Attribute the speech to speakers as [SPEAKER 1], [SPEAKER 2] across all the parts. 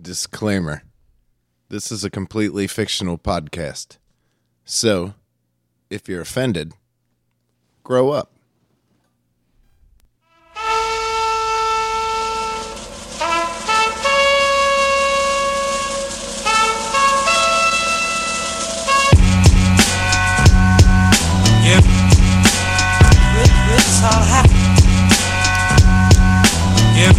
[SPEAKER 1] Disclaimer This is a completely fictional podcast. So, if you're offended, grow up.
[SPEAKER 2] Yeah. This, this all happened. Yeah.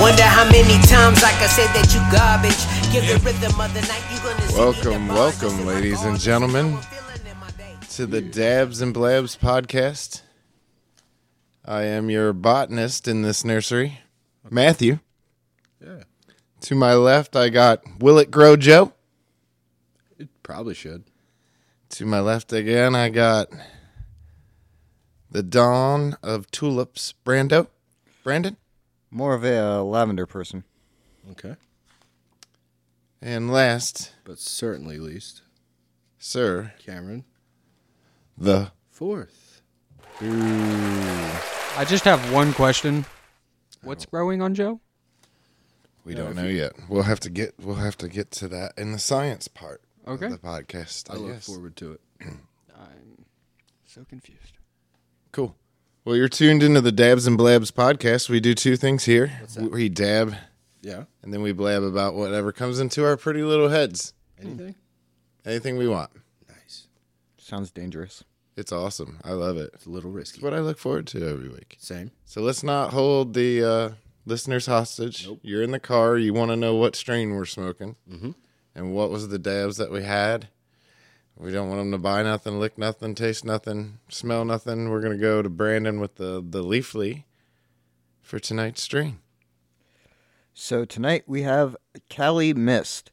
[SPEAKER 3] Wonder how many times I can say that you garbage. Give the rhythm of the night you gonna see me
[SPEAKER 1] Welcome,
[SPEAKER 3] divine.
[SPEAKER 1] welcome,
[SPEAKER 3] This is my
[SPEAKER 1] ladies and
[SPEAKER 3] garbage.
[SPEAKER 1] gentlemen.
[SPEAKER 3] I'm feeling in my day.
[SPEAKER 1] To the Dabs and Blabs podcast. I am your botanist in this nursery, Matthew. Yeah. To my left, I got Will It Grow Joe.
[SPEAKER 4] It probably should.
[SPEAKER 1] To my left again, I got the Dawn of Tulips, Brando. Brandon.
[SPEAKER 5] More of a uh, lavender person.
[SPEAKER 4] Okay.
[SPEAKER 1] And last,
[SPEAKER 4] But certainly least,
[SPEAKER 1] Sir,
[SPEAKER 4] Cameron
[SPEAKER 1] the
[SPEAKER 4] fourth.
[SPEAKER 6] I just have one question. What's
[SPEAKER 5] Oh.
[SPEAKER 6] growing on Joe?
[SPEAKER 1] We don't know yet. We'll have to get we'll have to get to that in the science part
[SPEAKER 6] Okay.
[SPEAKER 1] of the podcast. I,
[SPEAKER 4] I look
[SPEAKER 1] guess.
[SPEAKER 4] forward to it.
[SPEAKER 6] I'm so confused.
[SPEAKER 1] Cool. Well, you're tuned into the Dabs and Blabs podcast. We do two things here. We dab
[SPEAKER 4] Yeah.
[SPEAKER 1] and then we blab about whatever comes into our pretty little heads.
[SPEAKER 4] Anything?
[SPEAKER 1] Anything we want.
[SPEAKER 4] Hmm. Nice.
[SPEAKER 5] Sounds dangerous.
[SPEAKER 1] It's awesome. I love it.
[SPEAKER 4] It's a little
[SPEAKER 1] It's
[SPEAKER 4] risky.
[SPEAKER 1] what I look forward to every week.
[SPEAKER 4] Same.
[SPEAKER 1] So let's not hold the uh, listeners hostage. You're in the car. You want to know what strain we're smoking
[SPEAKER 4] Mm-hmm.
[SPEAKER 1] and what was the dabs that we had. We don't want them to buy nothing, lick nothing, taste nothing, smell nothing. We're going to go to Brandon with the, the leafly for tonight's strain.
[SPEAKER 5] So tonight we have Cali Mist.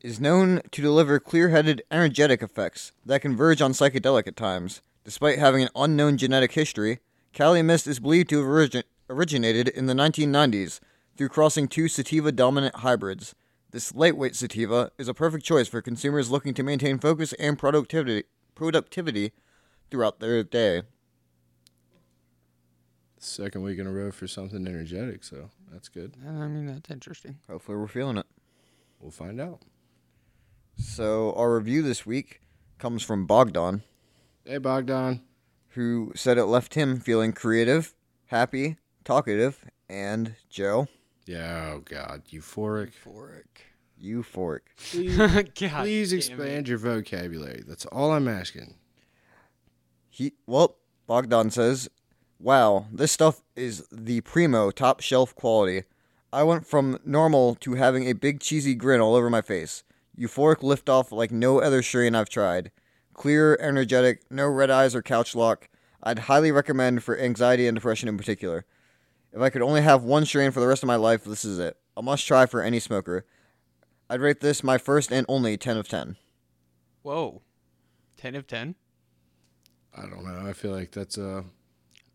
[SPEAKER 5] Is known to deliver clear-headed, energetic effects that converge on psychedelic at times. Despite having an unknown genetic history, Cali Mist is believed to have origi- originated in the 1990s through crossing two sativa-dominant hybrids. This lightweight sativa is a perfect choice for consumers looking to maintain focus and productivity productivity throughout their day.
[SPEAKER 4] Second week in a row for something energetic, so that's good.
[SPEAKER 6] I mean, that's interesting.
[SPEAKER 5] Hopefully, we're feeling it.
[SPEAKER 4] We'll find out.
[SPEAKER 5] So our review this week comes from Bogdan,
[SPEAKER 4] Hey, Bogdan.
[SPEAKER 5] who said it left him feeling creative, happy, talkative, and Joe
[SPEAKER 4] Yeah, oh God. Euphoric.
[SPEAKER 6] Euphoric.
[SPEAKER 5] euphoric.
[SPEAKER 6] God
[SPEAKER 4] Please
[SPEAKER 6] damn
[SPEAKER 4] expand your vocabulary. That's all I'm asking.
[SPEAKER 5] He well, Bogdan says, "Wow, this stuff is the primo, top shelf quality. I went from normal to having a big cheesy grin all over my face. Euphoric liftoff like no other strain I've tried. Clear, energetic, no red eyes or couch lock. I'd highly recommend for anxiety and depression in particular. If I could only have one strain for the rest of my life, this is it. A must try for any smoker. I'd rate this my first and only 10 of 10.
[SPEAKER 6] it. Whoa. 10 of 10.
[SPEAKER 4] I don't know. I feel like that's a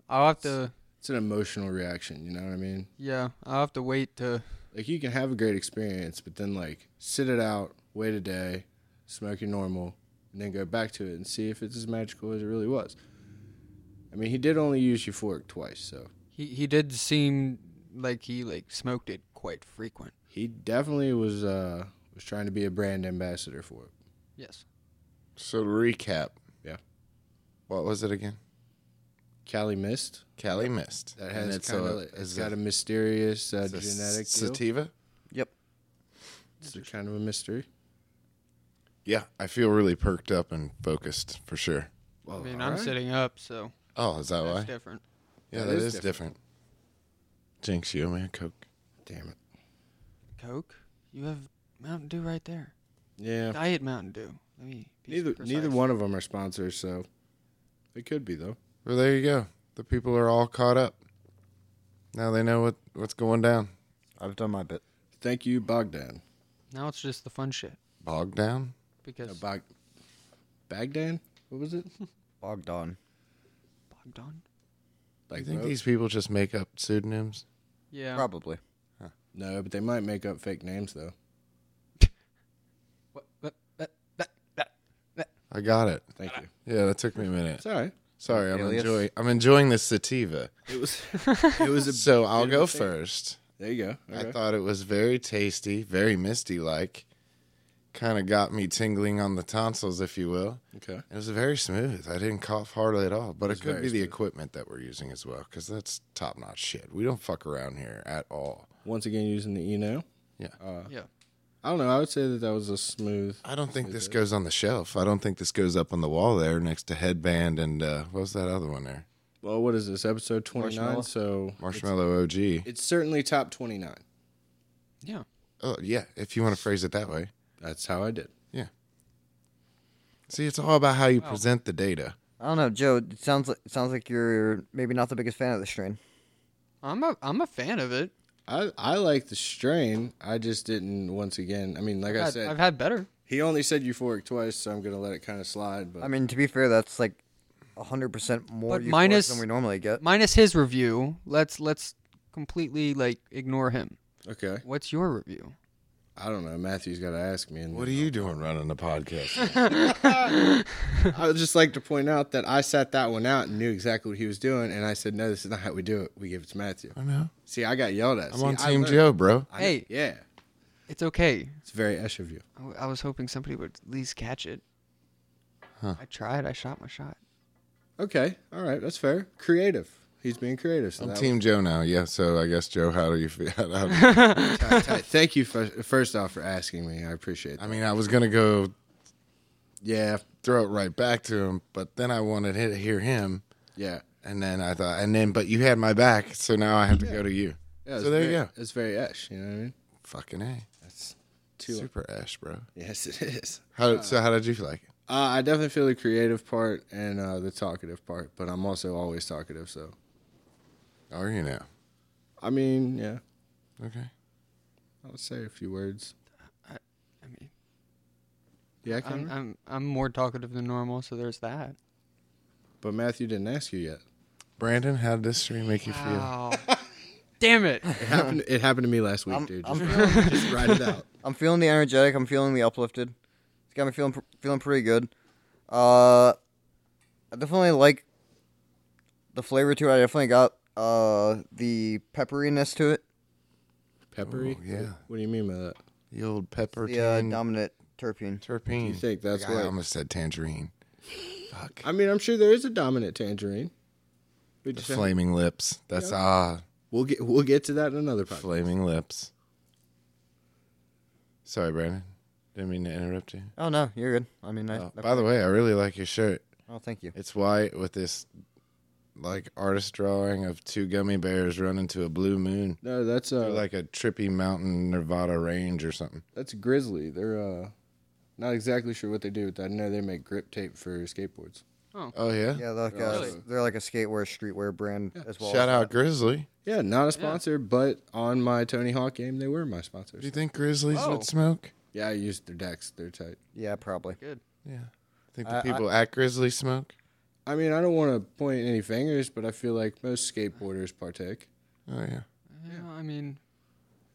[SPEAKER 6] I'll have to,
[SPEAKER 4] it's an emotional reaction. You know what I mean?
[SPEAKER 6] yeah, I'll have to wait to,
[SPEAKER 4] like you can have a great experience, but then like sit it out, wait a day, smoke your normal, and then go back to it and see if it's as magical as it really was. I mean, he did only use euphoric twice, so
[SPEAKER 6] he, he did seem like he, like, smoked it quite frequent.
[SPEAKER 4] he definitely was uh was trying to be a brand ambassador for it.
[SPEAKER 6] Yes.
[SPEAKER 1] So to recap.
[SPEAKER 4] Yeah.
[SPEAKER 1] What was it again?
[SPEAKER 4] Cali Mist
[SPEAKER 1] Cali Mist.
[SPEAKER 4] that
[SPEAKER 1] And
[SPEAKER 4] has
[SPEAKER 1] it's
[SPEAKER 4] kind
[SPEAKER 1] a-
[SPEAKER 4] of it's
[SPEAKER 1] is
[SPEAKER 4] got
[SPEAKER 1] it-
[SPEAKER 4] a, mysterious uh,
[SPEAKER 1] it's a
[SPEAKER 4] genetic
[SPEAKER 1] s-
[SPEAKER 4] deal.
[SPEAKER 1] sativa.
[SPEAKER 5] Yep.
[SPEAKER 4] It's a kind of a mystery.
[SPEAKER 1] Yeah, I feel really perked up and focused for sure.
[SPEAKER 4] Well,
[SPEAKER 6] I mean,
[SPEAKER 4] all
[SPEAKER 6] I'm
[SPEAKER 4] right.
[SPEAKER 6] sitting up, so
[SPEAKER 1] Oh, is that
[SPEAKER 6] that's
[SPEAKER 1] why?
[SPEAKER 6] different.
[SPEAKER 1] yeah,
[SPEAKER 4] That
[SPEAKER 1] that
[SPEAKER 4] is
[SPEAKER 1] is, different. Jinx, you owe me a Coke.
[SPEAKER 4] Damn it.
[SPEAKER 6] Coke? You have Mountain Dew right there.
[SPEAKER 4] Yeah.
[SPEAKER 6] Diet Mountain Dew. Let me be
[SPEAKER 4] Neither neither
[SPEAKER 6] precise.
[SPEAKER 4] one of them are sponsors, so they could be though.
[SPEAKER 1] Well, there you go. The people are all caught up. Now they know what, what's going down.
[SPEAKER 5] I've done my bit.
[SPEAKER 4] Thank you, Bogdan.
[SPEAKER 6] Now it's just the fun shit.
[SPEAKER 1] Bogged down?
[SPEAKER 6] Because
[SPEAKER 4] No, Bog- Bagdan? What was it?
[SPEAKER 5] Bogdan.
[SPEAKER 6] Bogdan?
[SPEAKER 1] I
[SPEAKER 4] Like
[SPEAKER 1] think
[SPEAKER 4] no-
[SPEAKER 1] these people just make up pseudonyms.
[SPEAKER 6] Yeah.
[SPEAKER 5] Probably.
[SPEAKER 4] No, but they might make up fake names though.
[SPEAKER 6] What, what, what, what, what, what?
[SPEAKER 1] I got it.
[SPEAKER 4] Thank you.
[SPEAKER 1] Yeah, that took me a minute.
[SPEAKER 4] It's all right.
[SPEAKER 1] Sorry, I'm
[SPEAKER 5] Alias.
[SPEAKER 1] enjoying I'm enjoying this sativa.
[SPEAKER 4] It was. It was a.
[SPEAKER 1] So I'll
[SPEAKER 4] bit of
[SPEAKER 1] go
[SPEAKER 4] a thing.
[SPEAKER 1] first.
[SPEAKER 4] There you go.
[SPEAKER 1] I
[SPEAKER 4] Okay.
[SPEAKER 1] thought it was very tasty, very misty like. Kind of got me tingling on the tonsils, if you will.
[SPEAKER 4] okay.
[SPEAKER 1] It was very smooth. I didn't cough hardly at all, but it, could
[SPEAKER 4] very
[SPEAKER 1] be the
[SPEAKER 4] smooth.
[SPEAKER 1] equipment that we're using as well, because that's top notch shit. We don't fuck around here at all.
[SPEAKER 4] Once again, using the E now.
[SPEAKER 1] Yeah.
[SPEAKER 6] Yeah.
[SPEAKER 4] I don't know. I would say that that was a smooth.
[SPEAKER 1] I don't think this goes on the shelf. I don't think this goes up on the wall there next to headband and uh, what was that other one there?
[SPEAKER 4] Well, what is this episode twenty
[SPEAKER 5] Marshmallow?
[SPEAKER 4] nine? So
[SPEAKER 1] Marshmallow OG.
[SPEAKER 4] it's certainly top twenty nine.
[SPEAKER 6] Yeah.
[SPEAKER 1] Oh yeah, if you want to phrase it that way.
[SPEAKER 4] That's how I did.
[SPEAKER 1] See, it's all about how you present the data.
[SPEAKER 5] I don't know, Joe. It sounds like it sounds like you're maybe not the biggest fan of this strain.
[SPEAKER 6] I'm a I'm a fan of it.
[SPEAKER 4] I I like the strain. I just didn't. Once again, I mean, like I
[SPEAKER 6] I've,
[SPEAKER 4] said,
[SPEAKER 6] I've had better.
[SPEAKER 4] he only said euphoric twice, so I'm gonna let it kind of slide. But
[SPEAKER 5] I mean, to be fair, that's like hundred percent more
[SPEAKER 6] But
[SPEAKER 5] euphoric
[SPEAKER 6] minus-
[SPEAKER 5] than we normally get.
[SPEAKER 6] Minus his review. Let's let's completely like ignore him.
[SPEAKER 4] okay,
[SPEAKER 6] What's your review?
[SPEAKER 4] I don't know. Matthew's got to ask me. And
[SPEAKER 1] What are you doing running the podcast?
[SPEAKER 4] I would just like to point out that I sat that one out and knew exactly what he was doing, and I said, "No, this is not how we do it. We give it to Matthew."
[SPEAKER 1] I know.
[SPEAKER 4] See, I got yelled at.
[SPEAKER 1] I'm
[SPEAKER 4] See,
[SPEAKER 1] on
[SPEAKER 4] I
[SPEAKER 1] Team
[SPEAKER 4] learned.
[SPEAKER 1] Joe, bro.
[SPEAKER 4] I know.
[SPEAKER 6] Hey.
[SPEAKER 4] yeah,
[SPEAKER 6] It's okay.
[SPEAKER 4] it's very Esh of you.
[SPEAKER 6] I, w- I was hoping somebody would at least catch it. I tried. I shot my shot.
[SPEAKER 4] Okay, all right, that's fair. Creative. He's being creative. So
[SPEAKER 1] I'm
[SPEAKER 4] that
[SPEAKER 1] Team Joe now. Yeah. So I guess Joe, how do you feel? How do you-
[SPEAKER 4] was tight, tight. Thank you for, first off for asking me. I appreciate
[SPEAKER 1] I
[SPEAKER 4] that.
[SPEAKER 1] mean, I was gonna go
[SPEAKER 4] Yeah,
[SPEAKER 1] throw it right back to him, but then I wanted to hear him,
[SPEAKER 4] yeah.
[SPEAKER 1] and then I thought, and then, but you had my back, so now I have to go to you.
[SPEAKER 4] yeah it's
[SPEAKER 1] so there
[SPEAKER 4] very,
[SPEAKER 1] you go.
[SPEAKER 4] It's very Esh. You know what I mean?
[SPEAKER 1] Fucking a.
[SPEAKER 4] That's too.
[SPEAKER 1] Super ash, bro.
[SPEAKER 4] Yes, it is.
[SPEAKER 1] How so? How did you feel like it?
[SPEAKER 4] Uh, I definitely feel the creative part and uh, the talkative part, but I'm also always talkative. So
[SPEAKER 1] Are you now?
[SPEAKER 4] I mean, yeah,
[SPEAKER 1] Okay.
[SPEAKER 4] I would say a few words.
[SPEAKER 6] I mean,
[SPEAKER 4] Yeah, I can.
[SPEAKER 6] I'm I'm, I'm more talkative than normal, so there's that.
[SPEAKER 4] But Matthew didn't ask you yet.
[SPEAKER 1] Brandon, how did this stream make you feel?
[SPEAKER 6] Wow. Damn it.
[SPEAKER 4] It happened. It happened to me last week,
[SPEAKER 5] I'm-
[SPEAKER 4] dude. Just,
[SPEAKER 5] I'm-
[SPEAKER 4] ride, just ride it out.
[SPEAKER 5] I'm feeling the energetic. I'm feeling the uplifted. It's got me feeling pr- feeling pretty good. Uh, I definitely like the flavor to it. I definitely got uh the pepperiness to it.
[SPEAKER 4] Peppery.
[SPEAKER 1] Oh, yeah.
[SPEAKER 4] What do you mean by that?
[SPEAKER 1] The old pepper
[SPEAKER 5] The uh,
[SPEAKER 1] tan-
[SPEAKER 5] dominant terpene.
[SPEAKER 1] terpene.
[SPEAKER 4] You think that's
[SPEAKER 1] I
[SPEAKER 4] what?
[SPEAKER 1] almost said tangerine. Fuck.
[SPEAKER 4] I mean, I'm sure there is a dominant tangerine. We
[SPEAKER 1] The
[SPEAKER 4] just
[SPEAKER 1] flaming lips. That's ah,
[SPEAKER 4] we'll get we'll get to that in another podcast.
[SPEAKER 1] flaming lips. Sorry, Brandon. Didn't mean to interrupt you.
[SPEAKER 5] Oh no, you're good. I mean, I,
[SPEAKER 1] Oh,
[SPEAKER 5] I-
[SPEAKER 1] by the way, I really like your shirt.
[SPEAKER 5] oh, thank you.
[SPEAKER 1] It's white with this like artist drawing of two gummy bears running to a blue moon.
[SPEAKER 4] No, that's uh,
[SPEAKER 1] Or like a trippy mountain Nevada range or something.
[SPEAKER 4] that's grizzly. They're uh, not exactly sure what they do with that. I know they make grip tape for skateboards.
[SPEAKER 1] Oh yeah.
[SPEAKER 5] Yeah, they're like, uh,
[SPEAKER 6] Really?
[SPEAKER 5] they're like a skatewear, streetwear brand as well.
[SPEAKER 1] Shout out Grizzly.
[SPEAKER 4] Yeah, not a sponsor, but on my Tony Hawk game, they were my sponsors.
[SPEAKER 1] Do you think Grizzlies
[SPEAKER 6] Oh.
[SPEAKER 1] would smoke?
[SPEAKER 4] Yeah, I used their decks. They're tight.
[SPEAKER 5] Yeah, probably.
[SPEAKER 1] Yeah. Think the
[SPEAKER 5] I- I-
[SPEAKER 1] people at Grizzly smoke?
[SPEAKER 4] I mean, I don't want to point any fingers, but I feel like most skateboarders partake.
[SPEAKER 1] Oh yeah.
[SPEAKER 6] Yeah, I mean,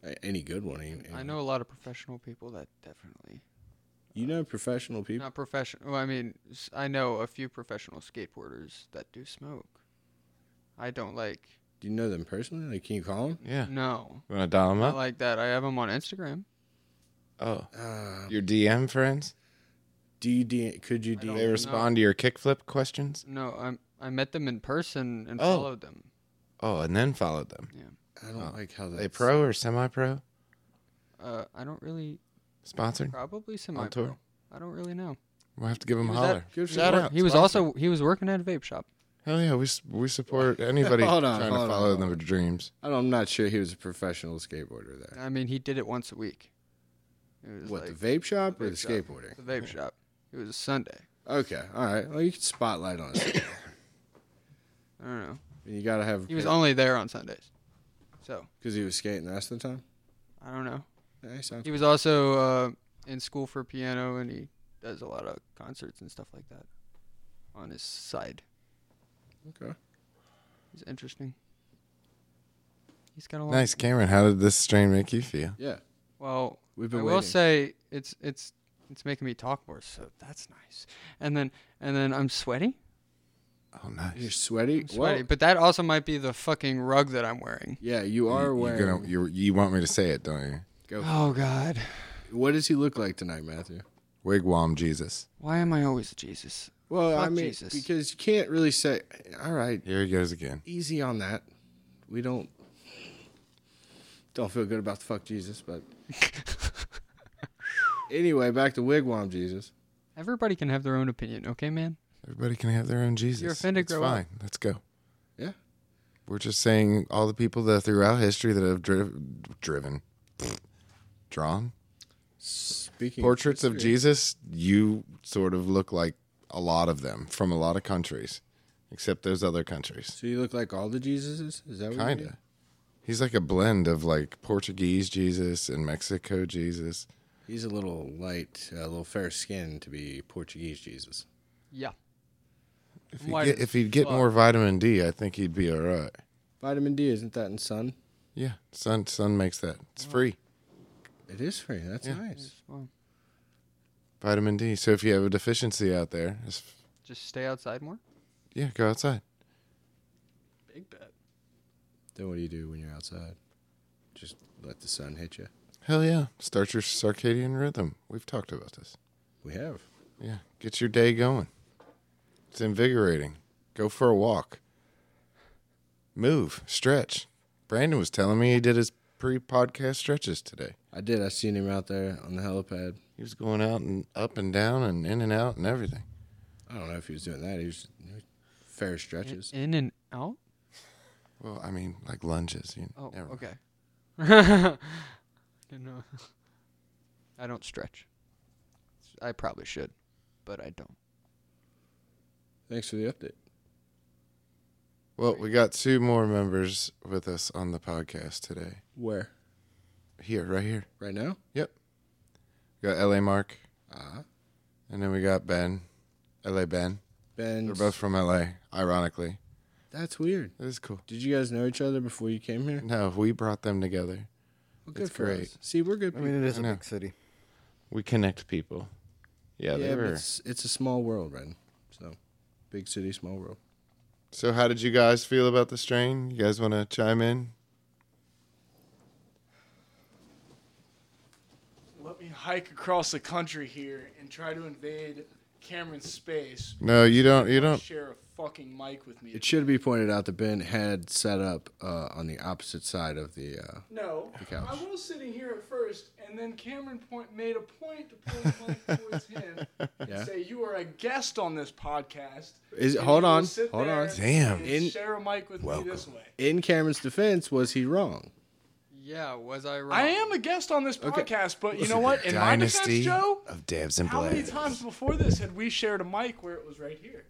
[SPEAKER 4] A- Any good one, even.
[SPEAKER 6] I know a lot of professional people that definitely
[SPEAKER 4] You know professional people.
[SPEAKER 6] not professional. Well, I mean, s- I know a few professional skateboarders that do smoke. I don't like.
[SPEAKER 4] Do you know them personally? Like, can you call them?
[SPEAKER 1] Yeah.
[SPEAKER 6] No,
[SPEAKER 1] You wanna dial them
[SPEAKER 6] not
[SPEAKER 1] up?
[SPEAKER 6] like that. I have them on Instagram.
[SPEAKER 1] Oh.
[SPEAKER 6] Uh,
[SPEAKER 1] Your DM friends?
[SPEAKER 4] Do you D- could you
[SPEAKER 1] They
[SPEAKER 4] DM?
[SPEAKER 1] respond to your kickflip questions?
[SPEAKER 6] No, I'm. I met them in person and
[SPEAKER 1] Oh.
[SPEAKER 6] followed them.
[SPEAKER 1] Oh, and then followed them.
[SPEAKER 4] I don't like how
[SPEAKER 1] Are
[SPEAKER 4] that's
[SPEAKER 1] they pro or semi pro?
[SPEAKER 6] Uh, I don't really.
[SPEAKER 1] Sponsored?
[SPEAKER 6] Probably semi
[SPEAKER 1] tour?
[SPEAKER 6] I don't really know.
[SPEAKER 1] We'll have to give them a
[SPEAKER 6] was at-
[SPEAKER 1] holler.
[SPEAKER 4] Good for
[SPEAKER 1] Shout
[SPEAKER 4] you.
[SPEAKER 1] out.
[SPEAKER 6] He was
[SPEAKER 1] sponsor.
[SPEAKER 6] also he was working at a vape shop.
[SPEAKER 1] Hell yeah, we s- we support anybody
[SPEAKER 4] Hold on,
[SPEAKER 1] trying to
[SPEAKER 4] hold on,
[SPEAKER 1] follow
[SPEAKER 4] hold on.
[SPEAKER 1] their dreams.
[SPEAKER 4] I don't, I'm not sure he was a professional skateboarder there.
[SPEAKER 6] I mean, he did it once a week. It was
[SPEAKER 4] What
[SPEAKER 6] like
[SPEAKER 4] the vape shop or
[SPEAKER 6] vape
[SPEAKER 4] the
[SPEAKER 6] shop.
[SPEAKER 4] skateboarding?
[SPEAKER 6] the vape shop. It was a Sunday.
[SPEAKER 4] Okay, all right. Well, you can spotlight on it.
[SPEAKER 6] I don't know.
[SPEAKER 4] you gotta have
[SPEAKER 6] He was only there on Sundays. So,
[SPEAKER 4] because he was skating the rest of the time.
[SPEAKER 6] I don't know.
[SPEAKER 4] Yeah, he sounds-
[SPEAKER 6] He was also uh, in school for piano and he does a lot of concerts and stuff like that on his side.
[SPEAKER 4] okay.
[SPEAKER 6] He's interesting. He's got a lot.
[SPEAKER 1] Nice, Cameron. How did this strain make you feel?
[SPEAKER 4] Yeah,
[SPEAKER 6] Well,
[SPEAKER 4] We've been
[SPEAKER 6] I will
[SPEAKER 4] waiting.
[SPEAKER 6] say it's it's it's making me talk more, so that's nice. And then and then I'm sweaty.
[SPEAKER 1] Oh, nice.
[SPEAKER 4] You're sweaty.
[SPEAKER 6] Sweaty.
[SPEAKER 4] Well,
[SPEAKER 6] but that also might be the fucking rug that I'm wearing.
[SPEAKER 4] yeah, you are
[SPEAKER 1] You're
[SPEAKER 4] wearing.
[SPEAKER 1] gonna, you you want me to say it, don't you?
[SPEAKER 6] Oh God.
[SPEAKER 4] What does he look like tonight, Matthew?
[SPEAKER 1] Wigwam Jesus.
[SPEAKER 6] Why am I always Jesus?
[SPEAKER 4] Well, I
[SPEAKER 6] Fuck
[SPEAKER 4] mean,
[SPEAKER 6] Jesus.
[SPEAKER 4] because you can't really say. All right,
[SPEAKER 1] Here he goes again.
[SPEAKER 4] easy on that. We don't don't feel good about the fuck Jesus, but anyway, back to wigwam Jesus.
[SPEAKER 6] Everybody can have their own opinion, okay, man?
[SPEAKER 1] Everybody can have their own Jesus.
[SPEAKER 6] You're offended,
[SPEAKER 1] It's
[SPEAKER 6] grow up.
[SPEAKER 1] fine. Let's go.
[SPEAKER 4] Yeah.
[SPEAKER 1] We're just saying all the people that throughout history that have driv driven, drawn
[SPEAKER 4] Speaking
[SPEAKER 1] portraits of
[SPEAKER 4] history,
[SPEAKER 1] Jesus. You sort of look like a lot of them from a lot of countries, except those other countries.
[SPEAKER 4] so you look like all the Jesuses. Is that what you mean?
[SPEAKER 1] Kinda. He's like a blend of like Portuguese Jesus and Mexico Jesus.
[SPEAKER 4] He's a little light, a little fair skinned to be Portuguese Jesus.
[SPEAKER 6] Yeah.
[SPEAKER 1] If he'd
[SPEAKER 6] White
[SPEAKER 1] get,
[SPEAKER 6] as
[SPEAKER 1] if he'd get more vitamin D, I think he'd be all right.
[SPEAKER 4] Vitamin D isn't that in sun?
[SPEAKER 1] Yeah, sun sun makes that. It's free.
[SPEAKER 4] It is free. That's nice.
[SPEAKER 6] Well,
[SPEAKER 1] Vitamin D. So if you have a deficiency out there, it's,
[SPEAKER 6] just stay outside more.
[SPEAKER 1] yeah, go outside.
[SPEAKER 6] Mm, Big bet.
[SPEAKER 4] Then what do you do when you're outside? Just let the sun hit you.
[SPEAKER 1] Hell yeah. Start your circadian rhythm. We've talked about this.
[SPEAKER 4] We have.
[SPEAKER 1] Yeah. Get your day going. It's invigorating. Go for a walk. Move. Stretch. Brandon was telling me he did his pre podcast stretches today.
[SPEAKER 4] I did. I seen him out there on the helipad.
[SPEAKER 1] He was going out and up and down and in and out and everything.
[SPEAKER 4] I don't know if he was doing that. He was he was fair stretches.
[SPEAKER 6] In and out?
[SPEAKER 1] Well, I mean, like lunges. You
[SPEAKER 6] Oh,
[SPEAKER 1] never-
[SPEAKER 6] okay. Didn't know. I don't stretch. I probably should, but I don't.
[SPEAKER 4] Thanks for the update.
[SPEAKER 1] Well, we got two more members with us on the podcast today.
[SPEAKER 4] Where?
[SPEAKER 1] Here, right here.
[SPEAKER 4] Right now?
[SPEAKER 1] Yep. We got LA Mark,
[SPEAKER 4] Ah.
[SPEAKER 1] and then we got Ben. LA Ben.
[SPEAKER 4] Ben.
[SPEAKER 1] They're both from LA, ironically.
[SPEAKER 4] That's weird.
[SPEAKER 1] It is cool.
[SPEAKER 4] Did you guys know each other before you came here?
[SPEAKER 1] No, we brought them together.
[SPEAKER 4] Well, good
[SPEAKER 1] It's
[SPEAKER 4] for
[SPEAKER 1] great.
[SPEAKER 4] us. See, we're good
[SPEAKER 5] I
[SPEAKER 4] people.
[SPEAKER 5] mean, it is
[SPEAKER 1] I
[SPEAKER 5] a
[SPEAKER 1] know.
[SPEAKER 5] big city.
[SPEAKER 1] We connect people. Yeah,
[SPEAKER 4] yeah,
[SPEAKER 1] they
[SPEAKER 4] but
[SPEAKER 1] were.
[SPEAKER 4] it's, it's a small world, Ren. So, big city, small world.
[SPEAKER 1] So, how did you guys feel about the strain? You guys want to chime in?
[SPEAKER 7] Let me hike across the country here and try to invade Cameron's space.
[SPEAKER 1] No, you don't. You
[SPEAKER 4] Oh.
[SPEAKER 1] don't.
[SPEAKER 7] Share a fucking mic with me.
[SPEAKER 4] It should be pointed out that Ben had set up uh, on the opposite side of the. Uh,
[SPEAKER 7] No,
[SPEAKER 4] couch.
[SPEAKER 7] I was sitting here at first, and then Cameron point made a point to point the mic towards him
[SPEAKER 4] Yeah.
[SPEAKER 7] and say, "You are a guest on this podcast."
[SPEAKER 4] Is-
[SPEAKER 7] and
[SPEAKER 4] hold
[SPEAKER 7] you will
[SPEAKER 4] on,
[SPEAKER 7] sit
[SPEAKER 4] hold
[SPEAKER 7] there
[SPEAKER 4] on.
[SPEAKER 1] Damn.
[SPEAKER 7] and
[SPEAKER 4] In-
[SPEAKER 7] share a mic with me this way.
[SPEAKER 4] in Cameron's defense, was he wrong?
[SPEAKER 6] Yeah, was I wrong?
[SPEAKER 7] I am a guest on this podcast, but you know what? In my defense,
[SPEAKER 1] Dynasty
[SPEAKER 7] Joe,
[SPEAKER 1] of Dabs and
[SPEAKER 7] how many
[SPEAKER 1] Blades.
[SPEAKER 7] times before this had we shared a mic where it was right here?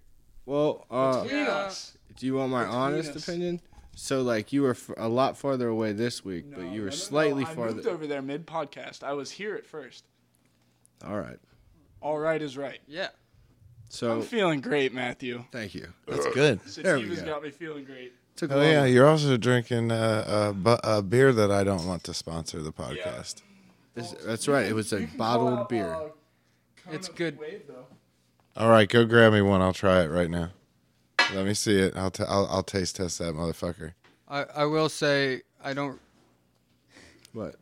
[SPEAKER 4] Well, uh,
[SPEAKER 7] Between us.
[SPEAKER 4] do you want my honest
[SPEAKER 7] us.
[SPEAKER 4] opinion? So, like, you were f- a lot farther away this week, but you
[SPEAKER 7] No, no,
[SPEAKER 4] were
[SPEAKER 7] no, no,
[SPEAKER 4] slightly
[SPEAKER 7] I
[SPEAKER 4] farther.
[SPEAKER 7] moved over there mid podcast. I was here at first.
[SPEAKER 4] All right.
[SPEAKER 7] All right is right.
[SPEAKER 6] Yeah.
[SPEAKER 4] So,
[SPEAKER 7] I'm feeling great, Matthew.
[SPEAKER 4] thank you.
[SPEAKER 1] That's good.
[SPEAKER 4] There we
[SPEAKER 7] Sativa's
[SPEAKER 4] go.
[SPEAKER 7] got me feeling great.
[SPEAKER 4] Took a
[SPEAKER 1] Oh
[SPEAKER 4] long-
[SPEAKER 1] yeah, you're also drinking uh, a, bu- a beer that I don't want to sponsor the podcast.
[SPEAKER 4] This- that's right. It was a bottled beer.
[SPEAKER 6] It's good.
[SPEAKER 7] Wave, though.
[SPEAKER 1] All right, go grab me one. I'll try it right now. Let me see it. I'll t- I'll, I'll taste test that motherfucker.
[SPEAKER 6] I, I will say I don't.
[SPEAKER 4] What?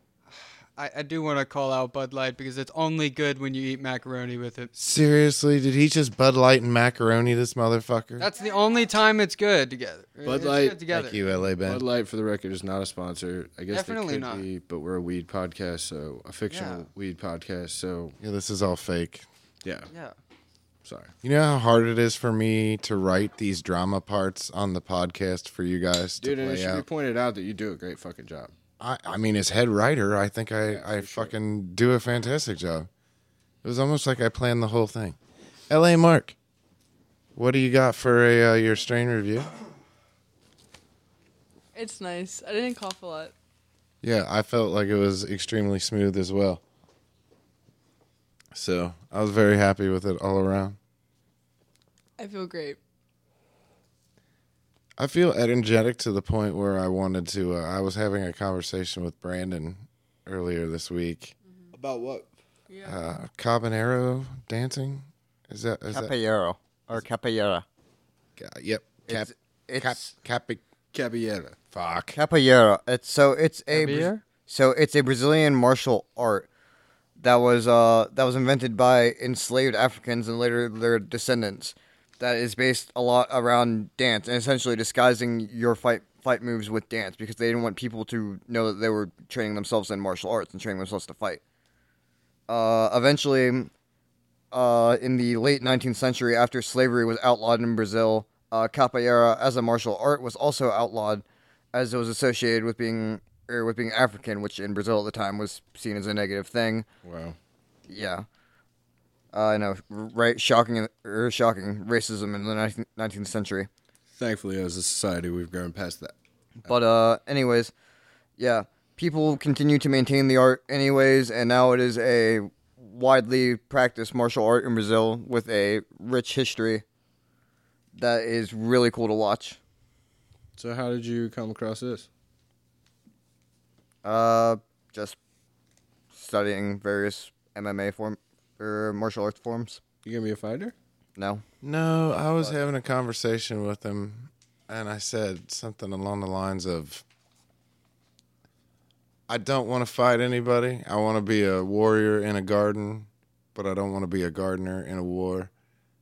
[SPEAKER 6] I, I do want to call out Bud Light because it's only good when you eat macaroni with it.
[SPEAKER 1] Seriously, did he just Bud Light and macaroni this motherfucker?
[SPEAKER 6] That's the only time it's good together. It's
[SPEAKER 4] Light-
[SPEAKER 6] good together.
[SPEAKER 1] Thank you, LA Ben.
[SPEAKER 4] Bud Light, for the record, is not a sponsor. I guess
[SPEAKER 6] Definitely
[SPEAKER 4] they could
[SPEAKER 6] not.
[SPEAKER 4] be, but we're a weed podcast, so a fictional
[SPEAKER 6] Yeah.
[SPEAKER 4] weed podcast. So
[SPEAKER 1] Yeah, this is all fake.
[SPEAKER 4] yeah,
[SPEAKER 6] Yeah.
[SPEAKER 4] sorry.
[SPEAKER 1] You know how hard it is for me to write these drama parts on the podcast for you guys to
[SPEAKER 4] Dude, and it
[SPEAKER 1] play
[SPEAKER 4] should be
[SPEAKER 1] out.
[SPEAKER 4] pointed out that you do a great fucking job.
[SPEAKER 1] I, I mean, as head writer, I think I, I fucking do a fantastic job. It was almost like I planned the whole thing. LA Mark, what do you got for a, uh, your strain review?
[SPEAKER 8] It's nice. I didn't cough a lot.
[SPEAKER 1] Yeah, I felt like it was extremely smooth as well. So I was very happy with it all around.
[SPEAKER 8] I feel great.
[SPEAKER 1] I feel energetic to the point where I wanted to. Uh, I was having a conversation with Brandon earlier this week.
[SPEAKER 4] About what?
[SPEAKER 8] Yeah.
[SPEAKER 1] Uh, Habanero dancing? Is that, is that
[SPEAKER 5] Capillero or Capillera.
[SPEAKER 1] God, yep. Cap,
[SPEAKER 5] It's- it's-
[SPEAKER 1] cap, capi,
[SPEAKER 4] Caballero.
[SPEAKER 1] fuck.
[SPEAKER 5] Capoeira. It's so it's a Bra-
[SPEAKER 6] Capoeira?
[SPEAKER 5] so it's a Brazilian martial art that was uh that was invented by enslaved Africans and later their descendants. That is based a lot around dance and essentially disguising your fight fight moves with dance because they didn't want people to know that they were training themselves in martial arts and training themselves to fight. Uh, eventually, uh, in the late 19th century, after slavery was outlawed in Brazil, uh, capoeira as a martial art was also outlawed, as it was associated with being or with being African, which in Brazil at the time was seen as a negative thing.
[SPEAKER 4] Wow.
[SPEAKER 5] Yeah, uh, I know, right? Shocking or shocking racism in the 19th, 19th century.
[SPEAKER 4] Thankfully, as a society, we've grown past that.
[SPEAKER 5] But uh, anyways, yeah, people continue to maintain the art anyways, and now it is a widely practiced martial art in Brazil with a rich history that is really cool to watch.
[SPEAKER 4] So, how did you come across this?
[SPEAKER 5] Uh, just studying various MMA form or martial arts forms.
[SPEAKER 4] You gonna be a fighter?
[SPEAKER 5] No,
[SPEAKER 1] No, I was having a conversation with him, and I said something along the lines of, "I don't want to fight anybody. I want to be a warrior in a garden, but I don't want to be a gardener in a war."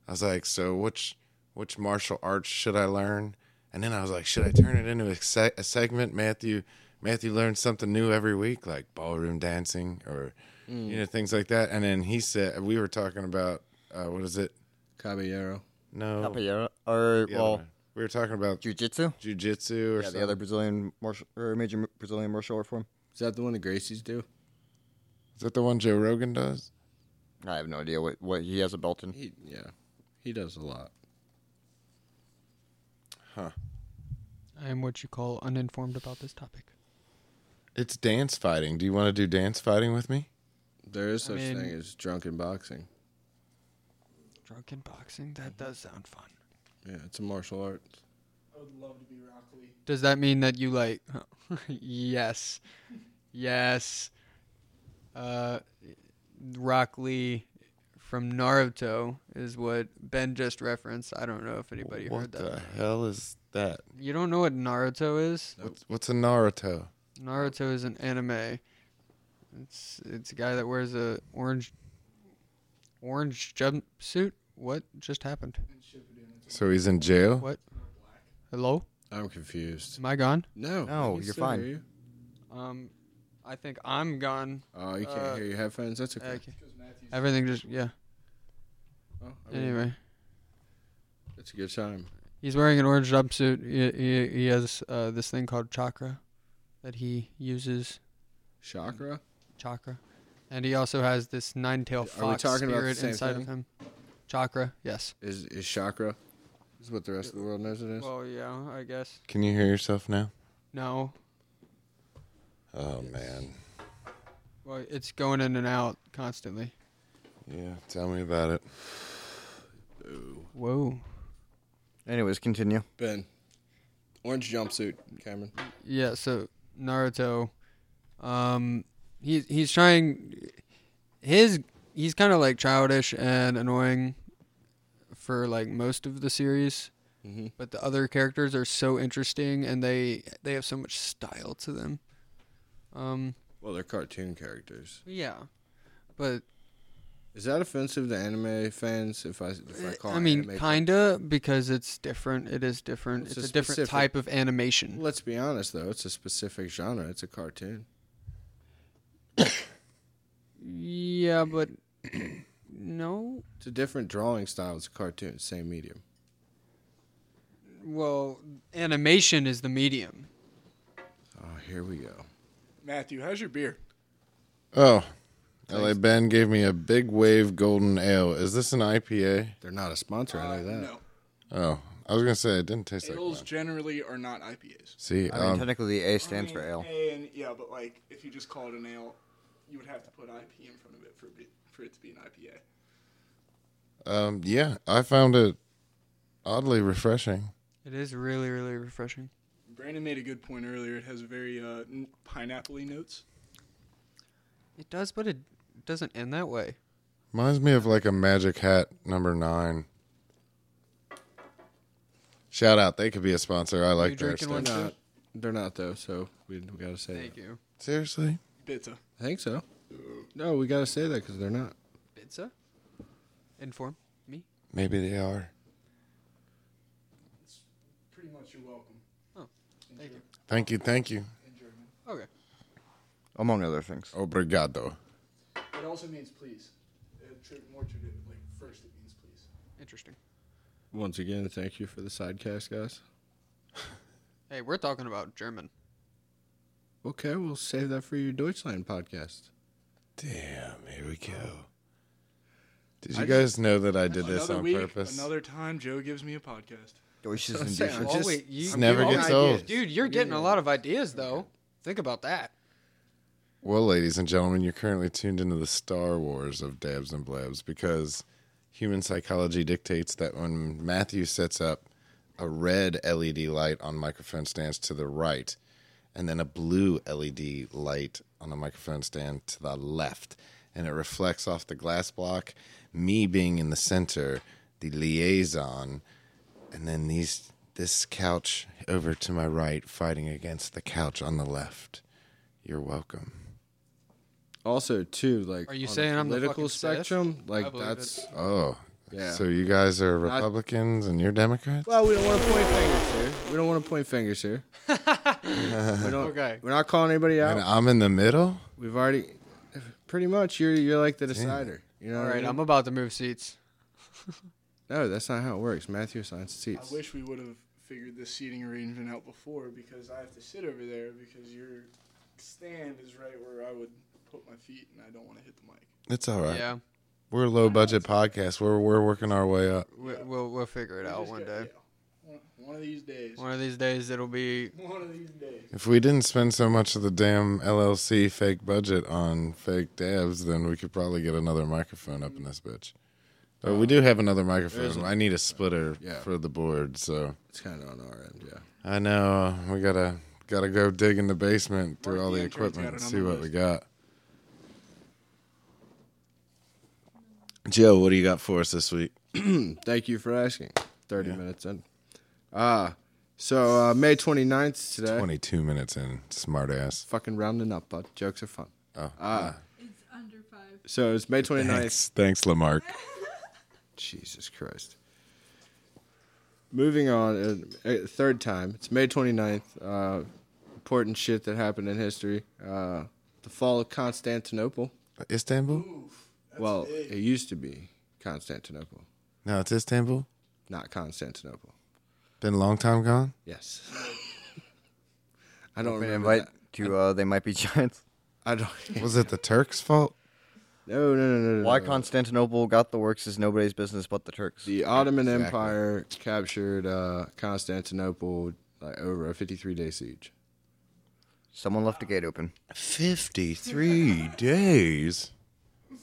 [SPEAKER 1] I was like, "So which which martial arts should I learn?" And then I was like, "Should I turn it into a, se- a segment, Matthew?" Matthew learns something new every week, like ballroom dancing or you know things like that. And then he said, "We were talking about uh, what is it?"
[SPEAKER 4] Caballero.
[SPEAKER 1] No,
[SPEAKER 5] capoeira
[SPEAKER 1] the
[SPEAKER 5] or
[SPEAKER 1] other
[SPEAKER 5] well,
[SPEAKER 1] one. we were talking about
[SPEAKER 5] jujitsu.
[SPEAKER 1] jujitsu or
[SPEAKER 5] Yeah,
[SPEAKER 1] something.
[SPEAKER 5] the other Brazilian martial or major Brazilian martial art form.
[SPEAKER 4] Is that the one the Gracies do?
[SPEAKER 1] Is that the one Joe Rogan does?
[SPEAKER 5] I have no idea what, what he has a belt in.
[SPEAKER 4] He, yeah, he does a lot.
[SPEAKER 6] I am what you call uninformed about this topic.
[SPEAKER 1] It's dance fighting. Do you want to do dance fighting with me?
[SPEAKER 4] There is
[SPEAKER 6] I
[SPEAKER 4] such
[SPEAKER 6] mean-
[SPEAKER 4] thing as drunken boxing.
[SPEAKER 6] Drunken boxing? That does sound fun.
[SPEAKER 4] Yeah, it's a martial art.
[SPEAKER 7] I would love to be Rock Lee.
[SPEAKER 6] Does that mean that you like? yes, yes. Uh, Rock Lee from Naruto is what Ben just referenced. I don't know if anybody
[SPEAKER 1] what
[SPEAKER 6] heard that.
[SPEAKER 1] the hell is that?
[SPEAKER 6] You don't know what Naruto is?
[SPEAKER 1] What's, what's a Naruto?
[SPEAKER 6] Naruto is an anime. It's it's a guy that wears a orange orange jumpsuit. What just happened?
[SPEAKER 1] So he's in jail.
[SPEAKER 6] What? Hello?
[SPEAKER 4] I'm confused.
[SPEAKER 6] Am I gone?
[SPEAKER 4] No,
[SPEAKER 5] No,
[SPEAKER 4] I can
[SPEAKER 5] you're
[SPEAKER 4] still
[SPEAKER 5] fine.
[SPEAKER 4] hear you.
[SPEAKER 6] Um, I think I'm gone.
[SPEAKER 4] Oh, you can't
[SPEAKER 6] Uh,
[SPEAKER 4] hear your headphones. That's okay.
[SPEAKER 6] Okay. Everything just yeah.
[SPEAKER 4] Well, Oh, I mean,
[SPEAKER 6] Anyway,
[SPEAKER 4] it's a good time.
[SPEAKER 6] he's wearing an orange jumpsuit. He he, he has uh, this thing called chakra that he uses
[SPEAKER 4] Chakra.
[SPEAKER 6] chakra, and he also has this nine tailed
[SPEAKER 4] Are we
[SPEAKER 6] fox
[SPEAKER 4] talking about the
[SPEAKER 6] spirit
[SPEAKER 4] same
[SPEAKER 6] inside of
[SPEAKER 4] thing?
[SPEAKER 6] him. Chakra, yes.
[SPEAKER 4] Is is chakra? Is what the rest of the world knows it is.
[SPEAKER 6] Well, yeah, I guess.
[SPEAKER 1] Can you hear yourself now?
[SPEAKER 6] No,
[SPEAKER 1] Oh man.
[SPEAKER 6] well, it's going in and out constantly.
[SPEAKER 1] Yeah. Tell me about it.
[SPEAKER 6] Whoa.
[SPEAKER 5] Anyways, continue.
[SPEAKER 4] ben, orange jumpsuit, Cameron.
[SPEAKER 6] Yeah, so Naruto, um, he's he's trying his he's kind of like childish and annoying for like most of the series,
[SPEAKER 4] Mhm.
[SPEAKER 6] but the other characters are so interesting and they they have so much style to them. Um,
[SPEAKER 4] Well, they're cartoon characters.
[SPEAKER 6] yeah, but
[SPEAKER 4] Is that offensive to anime fans? If I if I call
[SPEAKER 6] Eh, I
[SPEAKER 4] it
[SPEAKER 6] mean,
[SPEAKER 4] anime-
[SPEAKER 6] kinda because it's different. It is different.
[SPEAKER 4] It's
[SPEAKER 6] It's,
[SPEAKER 4] a
[SPEAKER 6] a, different
[SPEAKER 4] specific-
[SPEAKER 6] type of animation.
[SPEAKER 4] Let's be honest though, it's a specific genre. It's a cartoon.
[SPEAKER 6] Yeah, but no.
[SPEAKER 4] It's a different drawing style. It's a cartoon. Same medium.
[SPEAKER 6] Well, animation is the medium.
[SPEAKER 4] Oh, here we go.
[SPEAKER 7] Matthew, how's your beer?
[SPEAKER 1] Oh. LA Ben gave me a big wave golden ale. Is this an IPA?
[SPEAKER 4] They're not a sponsor. I
[SPEAKER 6] Uh,
[SPEAKER 4] know that.
[SPEAKER 7] No.
[SPEAKER 1] Oh, I was gonna say it didn't taste like
[SPEAKER 7] Ales
[SPEAKER 1] one.
[SPEAKER 7] generally are not IPAs.
[SPEAKER 1] See,
[SPEAKER 5] I mean,
[SPEAKER 1] um,
[SPEAKER 5] technically, the A stands for
[SPEAKER 7] I mean,
[SPEAKER 5] ale.
[SPEAKER 7] A and, yeah, but like if you just call it an ale, you would have to put IP in front of it for it, be, for it to be an IPA.
[SPEAKER 1] um, yeah, I found it oddly refreshing.
[SPEAKER 6] It is really, really refreshing.
[SPEAKER 7] Brandon made a good point earlier. It has very uh, n- pineapple-y notes.
[SPEAKER 6] It does, but it doesn't end that way.
[SPEAKER 1] Reminds me of like a Magic Hat number nine. Shout out. They could be a sponsor. I like
[SPEAKER 6] you
[SPEAKER 1] their
[SPEAKER 6] drinking
[SPEAKER 1] stuff.
[SPEAKER 6] one?
[SPEAKER 4] They're not. They're not though. So we, we gotta say.
[SPEAKER 6] Thank
[SPEAKER 4] that.
[SPEAKER 6] you.
[SPEAKER 1] Seriously?
[SPEAKER 7] Bitter.
[SPEAKER 4] I think so. No, we gotta say that because they're not.
[SPEAKER 6] Pizza? Inform me.
[SPEAKER 1] Maybe they are.
[SPEAKER 7] Pretty much you're welcome.
[SPEAKER 6] Thank you.
[SPEAKER 1] Thank you. Thank you.
[SPEAKER 6] Okay.
[SPEAKER 5] among other things.
[SPEAKER 1] Obrigado.
[SPEAKER 7] It also means please. Uh, tr- more tr- like first it means please.
[SPEAKER 6] Interesting.
[SPEAKER 4] Once again, thank you for the sidecast, guys.
[SPEAKER 6] Hey, we're talking about German.
[SPEAKER 4] Okay, we'll save that for your Deutschland podcast.
[SPEAKER 1] Damn, here we go. Did you guys know that I did this
[SPEAKER 7] another
[SPEAKER 1] on
[SPEAKER 7] week,
[SPEAKER 1] purpose?
[SPEAKER 7] another time, Joe gives me a podcast.
[SPEAKER 5] Deutsches
[SPEAKER 4] I'm
[SPEAKER 5] and
[SPEAKER 4] saying,
[SPEAKER 5] Deutsches.
[SPEAKER 4] all-
[SPEAKER 6] Oh,
[SPEAKER 4] just-
[SPEAKER 6] wait, you,
[SPEAKER 1] It never
[SPEAKER 6] you-
[SPEAKER 1] gets
[SPEAKER 4] Ideas.
[SPEAKER 1] old.
[SPEAKER 6] Dude, you're getting a lot of ideas, though. Think about that.
[SPEAKER 1] Well, ladies and gentlemen, you're currently tuned into the Star Wars of Dabs and Blabs because human psychology dictates that when Matthew sets up a red LED light on microphone stands to the right and then a blue LED light on a microphone stand to the left, and it reflects off the glass block, me being in the center, the liaison, and then these this couch over to my right fighting against the couch on the left. You're welcome.
[SPEAKER 4] Also, too, like
[SPEAKER 6] Are you
[SPEAKER 4] on a
[SPEAKER 6] saying I'm the
[SPEAKER 4] political
[SPEAKER 6] fucking Sith?
[SPEAKER 4] spectrum?
[SPEAKER 6] I
[SPEAKER 4] Like
[SPEAKER 6] believe
[SPEAKER 4] that's
[SPEAKER 1] Oh,
[SPEAKER 4] Yeah.
[SPEAKER 1] so you guys are Republicans and you're Democrats?
[SPEAKER 4] well, we don't want to point fingers here. We don't want to point fingers here. we don't,
[SPEAKER 6] Okay.
[SPEAKER 4] We're not calling anybody out.
[SPEAKER 1] And I'm in the middle?
[SPEAKER 4] We've already, pretty much, you're you're like the decider. You know.
[SPEAKER 6] All
[SPEAKER 4] what I
[SPEAKER 6] right,
[SPEAKER 4] mean?
[SPEAKER 6] I'm about to move seats.
[SPEAKER 4] No, that's not how it works. Matthew assigns
[SPEAKER 7] I
[SPEAKER 4] seats.
[SPEAKER 7] wish we would have figured this seating arrangement out before because I have to sit over there because your stand is right where I would put my feet and I don't want to hit the mic.
[SPEAKER 1] It's all right.
[SPEAKER 6] Yeah,
[SPEAKER 1] We're a low budget podcast. We're we're working our way up.
[SPEAKER 6] we, we'll we'll figure it out
[SPEAKER 7] Just
[SPEAKER 6] one
[SPEAKER 7] got-
[SPEAKER 6] day.
[SPEAKER 7] yeah. One- One of these days.
[SPEAKER 6] One of these days, it'll be
[SPEAKER 7] One of these days.
[SPEAKER 1] If we didn't spend so much of the damn LLC fake budget on fake dabs, then we could probably get another microphone up in this bitch. But we do have another microphone. I need a splitter
[SPEAKER 4] Uh, Yeah.
[SPEAKER 1] for the board, so
[SPEAKER 4] It's kind of on our end, yeah.
[SPEAKER 1] I know uh, we gotta gotta go dig in the basement through
[SPEAKER 7] Mark
[SPEAKER 1] all
[SPEAKER 7] the
[SPEAKER 1] the
[SPEAKER 7] entrance,
[SPEAKER 1] equipment and
[SPEAKER 7] got it on
[SPEAKER 1] see
[SPEAKER 7] the
[SPEAKER 1] what we
[SPEAKER 7] list.
[SPEAKER 1] got. Joe, what do you got for us this week?
[SPEAKER 4] Thank you for asking. 30 minutes in. Ah, so uh, May 29th 's today.
[SPEAKER 1] Twenty two minutes in, smartass.
[SPEAKER 4] Fucking rounding up, bud. Jokes are fun. Ah.
[SPEAKER 1] Oh,
[SPEAKER 8] It's under five.
[SPEAKER 4] So it's May 29th.
[SPEAKER 1] thanks, thanks, Lamarck.
[SPEAKER 4] Jesus Christ. Moving on, uh, uh, third time. It's May 29th. Uh, important shit that happened in history. Uh, the fall of Constantinople.
[SPEAKER 1] Istanbul?
[SPEAKER 4] well, it used to be Constantinople,
[SPEAKER 1] No, it's Istanbul.
[SPEAKER 4] not Constantinople.
[SPEAKER 1] Been a long time gone.
[SPEAKER 4] Yes. I don't remember.
[SPEAKER 5] invite
[SPEAKER 4] that.
[SPEAKER 5] to uh, they might be giants.
[SPEAKER 4] I don't.
[SPEAKER 1] Was it the Turks' fault?
[SPEAKER 4] No, no, no, no. no,
[SPEAKER 5] Why
[SPEAKER 4] no.
[SPEAKER 5] Constantinople got the works is nobody's business but the Turks.
[SPEAKER 4] The Ottoman Empire captured uh, Constantinople like, over a 53 day siege.
[SPEAKER 5] Someone left a gate open.
[SPEAKER 1] Fifty three days.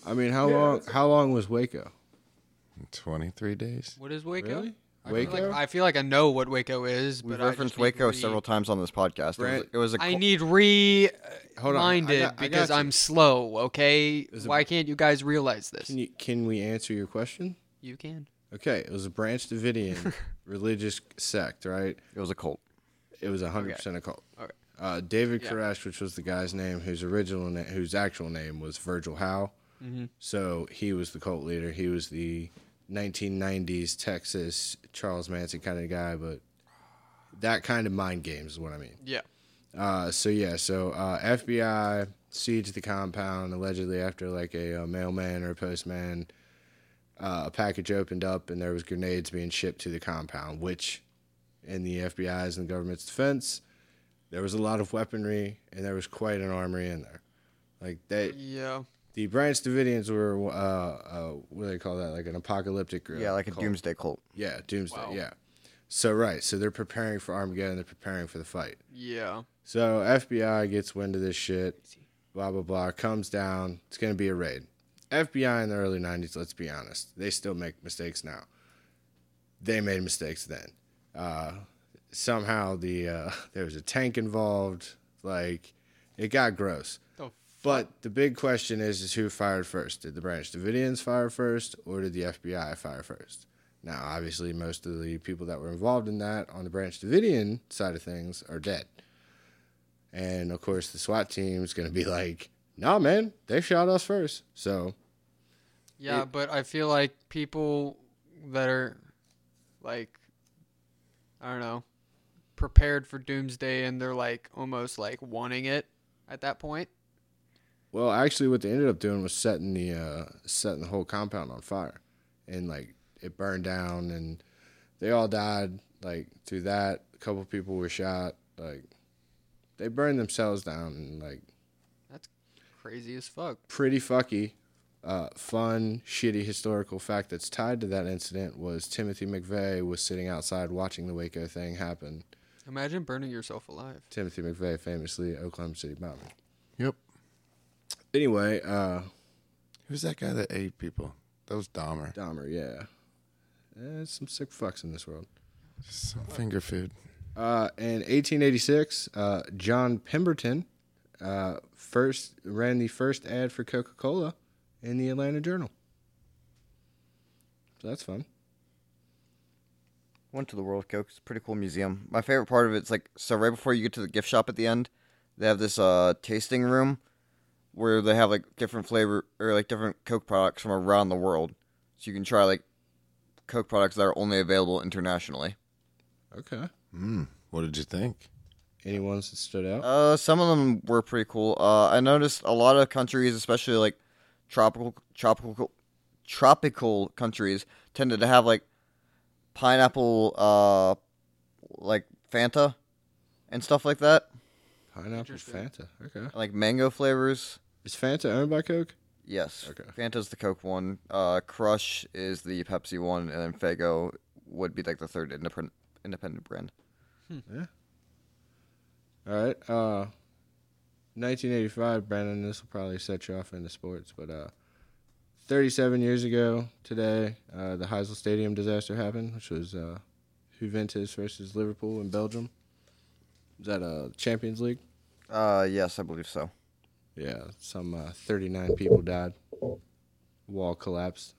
[SPEAKER 4] I mean, how long? How long was Waco?
[SPEAKER 1] Twenty three days.
[SPEAKER 6] what is Waco?
[SPEAKER 4] Waco.
[SPEAKER 6] Like I feel like I know what Waco is,
[SPEAKER 5] We
[SPEAKER 6] but I
[SPEAKER 5] referenced
[SPEAKER 6] just need
[SPEAKER 5] Waco
[SPEAKER 6] re-
[SPEAKER 5] several times on this podcast. It was,
[SPEAKER 4] Brent-
[SPEAKER 5] it was a
[SPEAKER 6] I
[SPEAKER 5] cul-
[SPEAKER 6] need re
[SPEAKER 4] Hold on, I
[SPEAKER 6] minded
[SPEAKER 4] got- I
[SPEAKER 6] because
[SPEAKER 4] got you.
[SPEAKER 6] I'm slow. Okay, why can't you guys realize this?
[SPEAKER 4] Can, you, can we answer your question?
[SPEAKER 6] you can.
[SPEAKER 4] Okay, it was a Branch Davidian religious sect, right?
[SPEAKER 5] it was a cult.
[SPEAKER 4] It was 100% a cult.
[SPEAKER 6] Okay.
[SPEAKER 4] Uh, David Koresh, which was the guy's name, whose original na- whose actual name was Virgil Howe.
[SPEAKER 6] Mm-hmm.
[SPEAKER 4] So he was the cult leader. He was the 1990s Texas Charles Manson kind of guy, but that kind of mind games is what I mean.
[SPEAKER 6] Yeah.
[SPEAKER 4] Uh, so yeah, so uh, FBI sieged the compound allegedly after like a, uh mailman or a postman. Uh, a package opened up and there was grenades being shipped to the compound, which, in the FBI's and the government's defense, there was a lot of weaponry and there was quite an armory in there. Like they,
[SPEAKER 6] Yeah.
[SPEAKER 4] the Branch Davidians were uh, uh, what do they call that? Like an apocalyptic group.
[SPEAKER 5] Yeah, like a
[SPEAKER 4] cult.
[SPEAKER 5] doomsday cult.
[SPEAKER 4] Yeah, doomsday. Yeah. So right, so they're preparing for Armageddon. They're preparing for the fight.
[SPEAKER 6] Yeah.
[SPEAKER 4] So FBI gets wind of this shit, blah blah blah. Comes down. It's gonna be a raid. FBI in the early '90s. Let's be honest, they still make mistakes now. They made mistakes then. Uh, somehow the uh, there was a tank involved. Like it got gross.
[SPEAKER 6] The
[SPEAKER 4] But the big question is, is who fired first? Did the Branch Davidians fire first, or did the FBI fire first? Now, obviously, most of the people that were involved in that on the Branch Davidian side of things are dead. And of course, the SWAT team is going to be like, nah, man, they shot us first. So,
[SPEAKER 6] Yeah, but I feel like people that are like I don't know, prepared for doomsday and they're like almost like wanting it at that point.
[SPEAKER 4] well, actually, what they ended up doing was setting the uh, setting the whole compound on fire, and like it burned down, and they all died. Like through that, a couple people were shot. Like they burned themselves down, and like
[SPEAKER 6] Crazy as fuck.
[SPEAKER 4] pretty fucky, uh, fun, shitty historical fact that's tied to that incident was Timothy McVeigh was sitting outside watching the Waco thing happen.
[SPEAKER 6] Imagine burning yourself alive.
[SPEAKER 4] Timothy McVeigh, famously Oklahoma City bomber.
[SPEAKER 1] Yep.
[SPEAKER 4] Anyway, uh,
[SPEAKER 1] Who's that guy that ate people? That was Dahmer.
[SPEAKER 4] Dahmer, yeah, there's some sick fucks in this world.
[SPEAKER 1] Some finger food.
[SPEAKER 4] Uh, in 1886, uh, John Pemberton uh, first ran the first ad for Coca-Cola in the Atlanta Journal. So that's fun.
[SPEAKER 5] Went to the World of Coke. It's a pretty cool museum. My favorite part of it's like so right before you get to the gift shop at the end, they have this uh tasting room where they have like different flavor or like different Coke products from around the world. So you can try like Coke products that are only available internationally.
[SPEAKER 4] Okay.
[SPEAKER 1] Mm, what did you think?
[SPEAKER 4] Any ones that stood out?
[SPEAKER 5] Uh, some of them were pretty cool. Uh, I noticed a lot of countries, especially like tropical, tropical, tropical countries, tended to have like pineapple, uh, like Fanta and stuff like that,
[SPEAKER 4] Pineapple
[SPEAKER 6] Interesting.
[SPEAKER 4] Fanta. Okay.
[SPEAKER 5] like mango flavors.
[SPEAKER 4] Is Fanta owned by Coke?
[SPEAKER 5] Yes,
[SPEAKER 4] Okay.
[SPEAKER 5] Fanta's the Coke one. Uh, Crush is the Pepsi one, and then Fago would be like the third independent independent brand.
[SPEAKER 4] All right. Uh, 1985, Brandon. This will probably set you off into sports, but uh, 37 years ago today, uh, the Heysel Stadium disaster happened, which was uh, Juventus versus Liverpool in Belgium. Was that a Champions League?
[SPEAKER 5] Uh, yes, I believe so.
[SPEAKER 4] Yeah, some uh, 39 people died. Wall collapsed.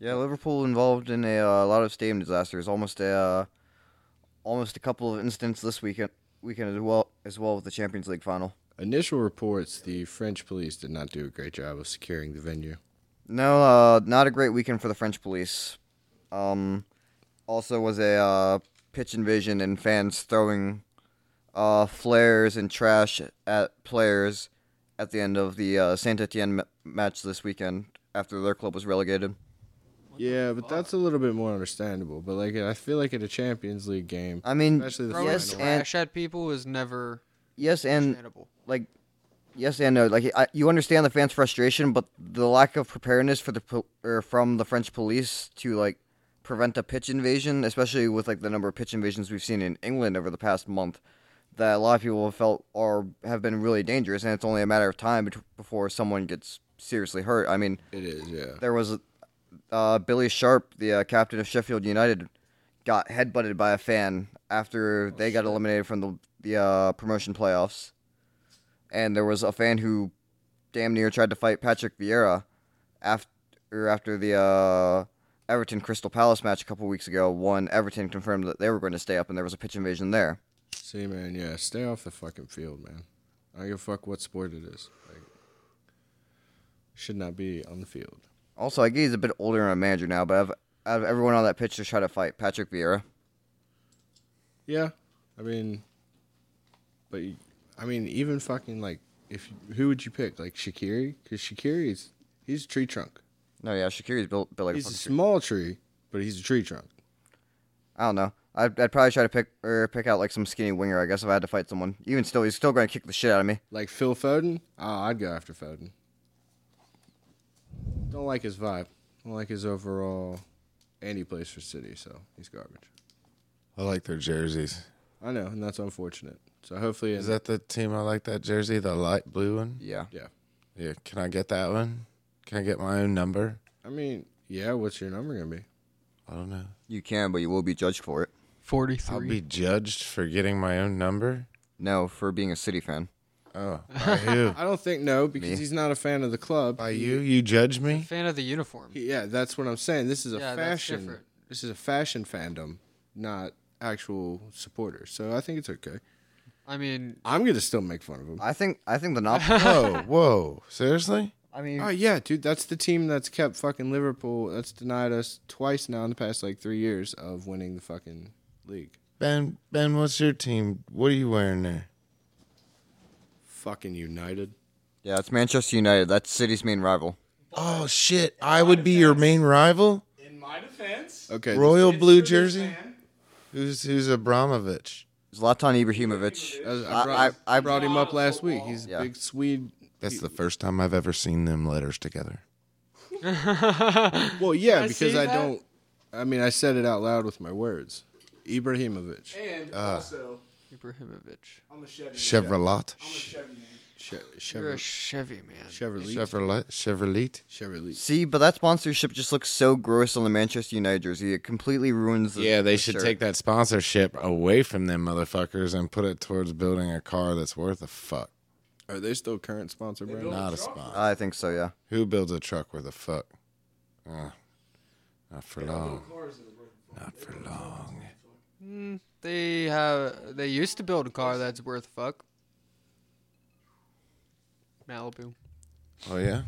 [SPEAKER 5] Yeah, Liverpool involved in a, uh, lot of stadium disasters. Almost a, uh, almost a couple of incidents this weekend weekend as well as well with the Champions League final.
[SPEAKER 4] Initial reports: the French police did not do a great job of securing the venue.
[SPEAKER 5] No, uh, not a great weekend for the French police. Um, also was a uh, pitch invasion and fans throwing uh, flares and trash at players at the end of the uh, Saint Etienne m- match this weekend after their club was relegated.
[SPEAKER 4] Yeah, but that's a little bit more understandable. But like, I feel like at a Champions League game,
[SPEAKER 5] I mean,
[SPEAKER 4] Especially the
[SPEAKER 6] Throwing
[SPEAKER 5] yes
[SPEAKER 4] Yes, Mm.
[SPEAKER 5] and
[SPEAKER 6] trash at people is never
[SPEAKER 5] yes and
[SPEAKER 6] understandable.
[SPEAKER 5] like yes and no like I, you understand the fans frustration but the lack of preparedness for the pol- or from the french police to like prevent a pitch invasion especially with like the number of pitch invasions we've seen in england over the past month that a lot of people have felt are have been really dangerous and it's only a matter of time bet- before someone gets seriously hurt i mean
[SPEAKER 4] it is. Yeah.
[SPEAKER 5] there was uh, Billy Sharp, the uh, captain of Sheffield United, got headbutted by a fan after they got eliminated from the the uh, promotion playoffs, and there was a fan who damn near tried to fight Patrick Vieira after after the uh, Everton Crystal Palace match a couple weeks ago. One Everton confirmed that they were going to stay up, and there was a pitch invasion there.
[SPEAKER 4] See, man, yeah, stay off the fucking field, man. I don't give a fuck what sport it is. Like, should not be on the field.
[SPEAKER 5] Also, I guess he's a bit older and a manager now, but I've, out of everyone on that pitch to try to fight Patrick Vieira.
[SPEAKER 4] Yeah, I mean, but you- I mean, even fucking like, if you- who would you pick? Like Shakiri, because Shakiri's he's a tree trunk.
[SPEAKER 5] No, yeah, Shakiri's built, built like a
[SPEAKER 4] He's a
[SPEAKER 5] fucking tree.
[SPEAKER 4] small tree, but he's a tree trunk.
[SPEAKER 5] I don't know. I'd, I'd probably try to pick or pick out like some skinny winger. I guess if I had to fight someone, even still, he's still going to kick the shit out of me.
[SPEAKER 4] Like Phil Foden, oh, I'd go after Foden. Don't like his vibe. Don't like his overall. And he plays for City, so he's garbage.
[SPEAKER 1] I like their jerseys.
[SPEAKER 4] I know, and that's unfortunate. So hopefully,
[SPEAKER 1] Is that the team I like that jersey? The light blue one?
[SPEAKER 5] Yeah.
[SPEAKER 4] yeah?
[SPEAKER 1] Yeah. Can I get that one? Can I get my own number?
[SPEAKER 4] I mean, yeah. What's your number gonna be?
[SPEAKER 1] I don't know.
[SPEAKER 5] You can, but you will be judged for it.
[SPEAKER 6] Forty
[SPEAKER 1] I'll
[SPEAKER 6] three.
[SPEAKER 1] be judged for getting my own number.
[SPEAKER 5] No, for being a City fan.
[SPEAKER 1] Oh, by who?
[SPEAKER 4] I don't think no because
[SPEAKER 5] Me.
[SPEAKER 4] he's not a fan of the club.
[SPEAKER 1] by you? You judge
[SPEAKER 6] I'm a
[SPEAKER 1] me?
[SPEAKER 6] fan of the uniform.
[SPEAKER 4] He- yeah, that's what I'm saying. This is a
[SPEAKER 6] Yeah, that's
[SPEAKER 4] fashion.
[SPEAKER 6] different.
[SPEAKER 4] this is a fashion fandom, not actual supporters. So I think it's okay.
[SPEAKER 6] I mean,
[SPEAKER 4] I'm gonna still make fun of him.
[SPEAKER 5] I think I think the Nop.
[SPEAKER 1] Whoa, whoa! Seriously?
[SPEAKER 5] I mean,
[SPEAKER 4] Oh yeah, dude, that's the team that's kept fucking Liverpool. That's denied us twice now in the past like three years of winning the fucking league.
[SPEAKER 1] Ben, Ben, what's your team? What are you wearing there?
[SPEAKER 4] Fucking United.
[SPEAKER 5] yeah, it's Manchester United. That's City's main rival.
[SPEAKER 1] Oh shit! I would be your main rival.
[SPEAKER 7] In my defense,
[SPEAKER 4] Okay.
[SPEAKER 1] Royal
[SPEAKER 7] it's
[SPEAKER 1] blue
[SPEAKER 7] for this
[SPEAKER 1] jersey.
[SPEAKER 7] man.
[SPEAKER 1] Who's who's Abramovich?
[SPEAKER 5] Zlatan Ibrahimovic.
[SPEAKER 4] I,
[SPEAKER 5] I-
[SPEAKER 4] brought,
[SPEAKER 5] I- I-
[SPEAKER 4] brought him up last week. He's a
[SPEAKER 5] Yeah.
[SPEAKER 4] big Swede.
[SPEAKER 1] That's the first time I've ever seen them letters together.
[SPEAKER 4] Well, yeah,
[SPEAKER 6] I
[SPEAKER 4] because
[SPEAKER 6] see
[SPEAKER 4] I
[SPEAKER 6] that.
[SPEAKER 4] don't. I mean, I said it out loud with my words. Ibrahimovic.
[SPEAKER 7] And
[SPEAKER 1] Uh.
[SPEAKER 7] also,
[SPEAKER 6] Ibrahimovic.
[SPEAKER 7] I'm a Chevy. Man.
[SPEAKER 1] Chevrolet.
[SPEAKER 7] I'm a Chevy man.
[SPEAKER 4] Che-
[SPEAKER 6] You're a
[SPEAKER 4] Chevrolet.
[SPEAKER 6] Chevy man.
[SPEAKER 4] Chevrolet.
[SPEAKER 1] Chevrolet. Chevrolet.
[SPEAKER 4] Chevrolet.
[SPEAKER 5] See, but that sponsorship just looks so gross on the Manchester United jersey. It completely ruins the.
[SPEAKER 1] Yeah, they
[SPEAKER 5] the
[SPEAKER 1] should
[SPEAKER 5] shirt.
[SPEAKER 1] take that sponsorship away from them motherfuckers and put it towards building a car that's worth a fuck.
[SPEAKER 4] Are they still current sponsor, Brandon?
[SPEAKER 7] don't-
[SPEAKER 1] Not a sponsor.
[SPEAKER 5] I think so. Yeah.
[SPEAKER 1] Who builds a truck worth a fuck? Uh, not for long.
[SPEAKER 7] Cars that are broken.
[SPEAKER 1] Not for long.
[SPEAKER 6] They have. They used to build a car that's worth a fuck. Malibu.
[SPEAKER 1] Oh yeah.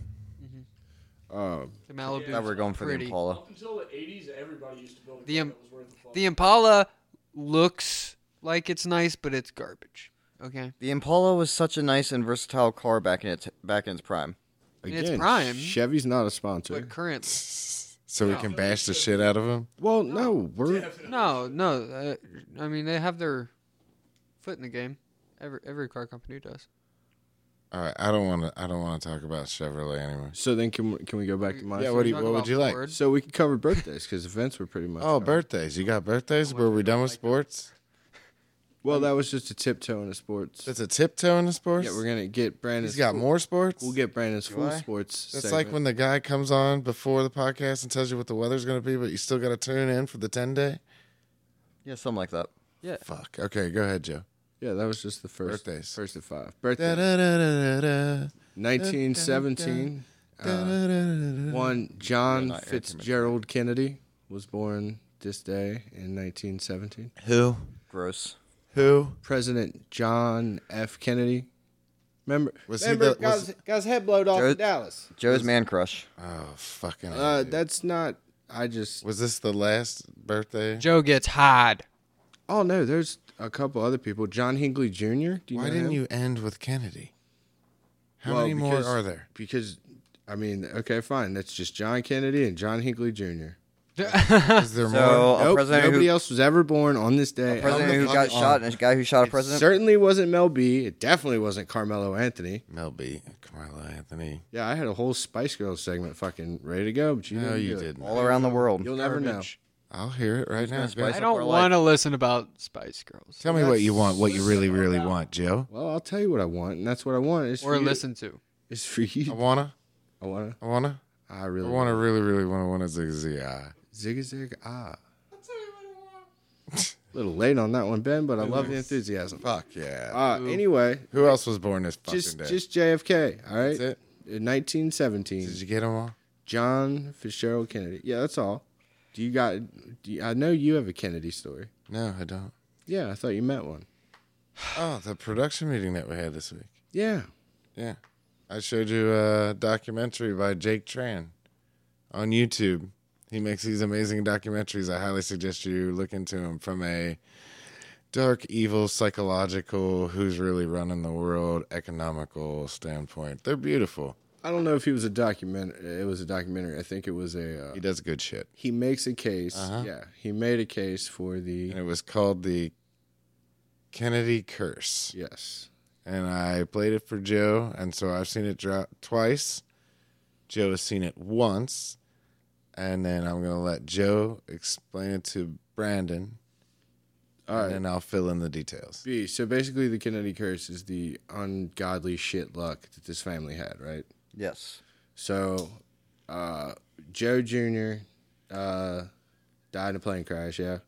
[SPEAKER 4] Uh,
[SPEAKER 6] The Malibu.
[SPEAKER 5] Now we're going for
[SPEAKER 6] pretty.
[SPEAKER 5] the Impala.
[SPEAKER 7] Up until the 80s, everybody used to build a car
[SPEAKER 6] The, um,
[SPEAKER 7] that was worth a fuck.
[SPEAKER 6] The Impala looks like it's nice, but it's garbage. Okay.
[SPEAKER 5] The Impala was such a nice and versatile car back in its back in its prime.
[SPEAKER 6] And
[SPEAKER 4] again,
[SPEAKER 6] it's prime.
[SPEAKER 4] Chevy's not a sponsor.
[SPEAKER 6] But current.
[SPEAKER 1] So we can bash the shit out of them.
[SPEAKER 4] Well, no, we're
[SPEAKER 6] No, no. Uh, I mean, they have their foot in the game. Every every car company does.
[SPEAKER 1] All right. I don't want to. I don't want to talk about Chevrolet anymore.
[SPEAKER 4] So then, can we, can we go back to my?
[SPEAKER 1] Yeah, what do you-
[SPEAKER 6] Talk
[SPEAKER 1] what would
[SPEAKER 6] about
[SPEAKER 1] you like?
[SPEAKER 6] Ford.
[SPEAKER 4] So we could cover birthdays because events were pretty much.
[SPEAKER 1] Oh,
[SPEAKER 4] covered.
[SPEAKER 1] birthdays. You got birthdays? Were we done with sports?
[SPEAKER 4] Well, that was just a tiptoe into sports.
[SPEAKER 1] That's a tiptoe in um, the sports.
[SPEAKER 4] Yeah, we're gonna get Brandon's.
[SPEAKER 1] He's got more sports.
[SPEAKER 4] We'll get Brandon's full
[SPEAKER 5] I?
[SPEAKER 4] sports.
[SPEAKER 1] It's
[SPEAKER 4] segment.
[SPEAKER 1] like when the guy comes on before the podcast and tells you what the weather's going to be, but you still got to tune in for the 10 day.
[SPEAKER 5] Yeah, something like that.
[SPEAKER 1] Fuck. Okay, go ahead, Joe.
[SPEAKER 4] yeah, that was just the first
[SPEAKER 1] Birthdays.
[SPEAKER 4] First of five.
[SPEAKER 1] Da,
[SPEAKER 4] Birthday.
[SPEAKER 1] da, da, da, da, da.
[SPEAKER 4] Nineteen seventeen.
[SPEAKER 1] Da, da, da, da, da.
[SPEAKER 4] One John
[SPEAKER 5] not here too much.
[SPEAKER 4] Fitzgerald Kennedy was born this day in 1917.
[SPEAKER 1] Who?
[SPEAKER 5] Gross.
[SPEAKER 1] Who?
[SPEAKER 4] President John F. Kennedy. Remember,
[SPEAKER 1] Was he
[SPEAKER 4] remember
[SPEAKER 1] the- was-
[SPEAKER 4] got, his, got his head blowed off
[SPEAKER 5] Joe-
[SPEAKER 4] in Dallas.
[SPEAKER 5] Joe's man crush.
[SPEAKER 1] Oh, fucking.
[SPEAKER 4] Uh,
[SPEAKER 1] hell, dude.
[SPEAKER 4] that's not. I just.
[SPEAKER 1] was this the last birthday?
[SPEAKER 6] Joe gets hard.
[SPEAKER 4] Oh no, there's a couple other people. John Hinckley Jr. Do you know
[SPEAKER 1] Why didn't
[SPEAKER 4] him?
[SPEAKER 1] you end with Kennedy? How
[SPEAKER 4] Well,
[SPEAKER 1] many more
[SPEAKER 4] because-
[SPEAKER 1] are there?
[SPEAKER 4] Because, I mean, okay, fine. That's just John Kennedy and John Hinckley Jr.
[SPEAKER 1] Is there
[SPEAKER 5] So
[SPEAKER 1] more?
[SPEAKER 5] a
[SPEAKER 4] Nope,
[SPEAKER 5] president
[SPEAKER 4] nobody
[SPEAKER 5] who,
[SPEAKER 4] else was ever born on this day.
[SPEAKER 5] a president
[SPEAKER 1] the
[SPEAKER 5] who
[SPEAKER 1] fuck
[SPEAKER 5] got
[SPEAKER 1] on.
[SPEAKER 5] shot and a guy who shot a president.
[SPEAKER 4] Certainly wasn't Mel B. It definitely wasn't Carmelo Anthony.
[SPEAKER 1] Mel B, Carmelo Anthony.
[SPEAKER 4] Yeah, I had a whole Spice Girls segment fucking ready to go, but you
[SPEAKER 1] No,
[SPEAKER 4] didn't
[SPEAKER 1] you
[SPEAKER 4] do it.
[SPEAKER 1] didn't.
[SPEAKER 5] all around the world.
[SPEAKER 4] You'll never know.
[SPEAKER 6] Garbage.
[SPEAKER 1] I'll hear it right now.
[SPEAKER 5] spice
[SPEAKER 1] Go.
[SPEAKER 6] I
[SPEAKER 5] up our
[SPEAKER 6] don't
[SPEAKER 5] life.
[SPEAKER 6] want to listen about Spice Girls
[SPEAKER 1] Tell me what you want. What you really, really want, Joe?
[SPEAKER 4] Well, I'll tell you what I want, and that's what I want. It's for
[SPEAKER 6] or
[SPEAKER 4] you.
[SPEAKER 6] listen to.
[SPEAKER 4] It's for
[SPEAKER 1] I
[SPEAKER 4] you.
[SPEAKER 1] wanna.
[SPEAKER 4] I wanna.
[SPEAKER 1] I wanna.
[SPEAKER 4] I
[SPEAKER 1] I
[SPEAKER 4] really
[SPEAKER 1] wanna. Really, really wanna. Wanna zig zig. ah.
[SPEAKER 4] Zig zig ah. A little late on that one, Ben, but I love the enthusiasm.
[SPEAKER 1] Fuck yeah.
[SPEAKER 4] Uh, anyway,
[SPEAKER 1] Who else was born this fucking
[SPEAKER 4] just
[SPEAKER 1] day?
[SPEAKER 4] just JFK. All right.
[SPEAKER 1] That's it.
[SPEAKER 4] In 1917,
[SPEAKER 1] Did you get them all?
[SPEAKER 4] John Fitzgerald Kennedy. Yeah, that's all. Do you got? Do you, I know you have a Kennedy story.
[SPEAKER 1] No, I don't.
[SPEAKER 4] Yeah, I thought you met one.
[SPEAKER 1] Oh, the production meeting that we had this week.
[SPEAKER 4] Yeah.
[SPEAKER 1] Yeah. I showed you a documentary by Jake Tran on YouTube. He makes these amazing documentaries. I highly suggest you look into him from a dark, evil, psychological, who's really running the world economical standpoint. They're beautiful.
[SPEAKER 4] I don't know if he was a document. It was a documentary. I think it was a. Uh,
[SPEAKER 1] He does good shit.
[SPEAKER 4] he makes a case.
[SPEAKER 1] Uh-huh.
[SPEAKER 4] Yeah, he made a case for the
[SPEAKER 1] And it was called the Kennedy Curse.
[SPEAKER 4] yes.
[SPEAKER 1] and I played it for Joe, and so I've seen it drop twice. Joe has seen it once, and then I'm gonna let Joe explain it to Brandon,
[SPEAKER 4] All right.
[SPEAKER 1] and then I'll fill in the details.
[SPEAKER 4] B. So basically, the Kennedy curse is the ungodly shit luck that this family had, right?
[SPEAKER 5] Yes.
[SPEAKER 4] So, uh, Joe Jr. Uh, died in a plane crash. Yeah.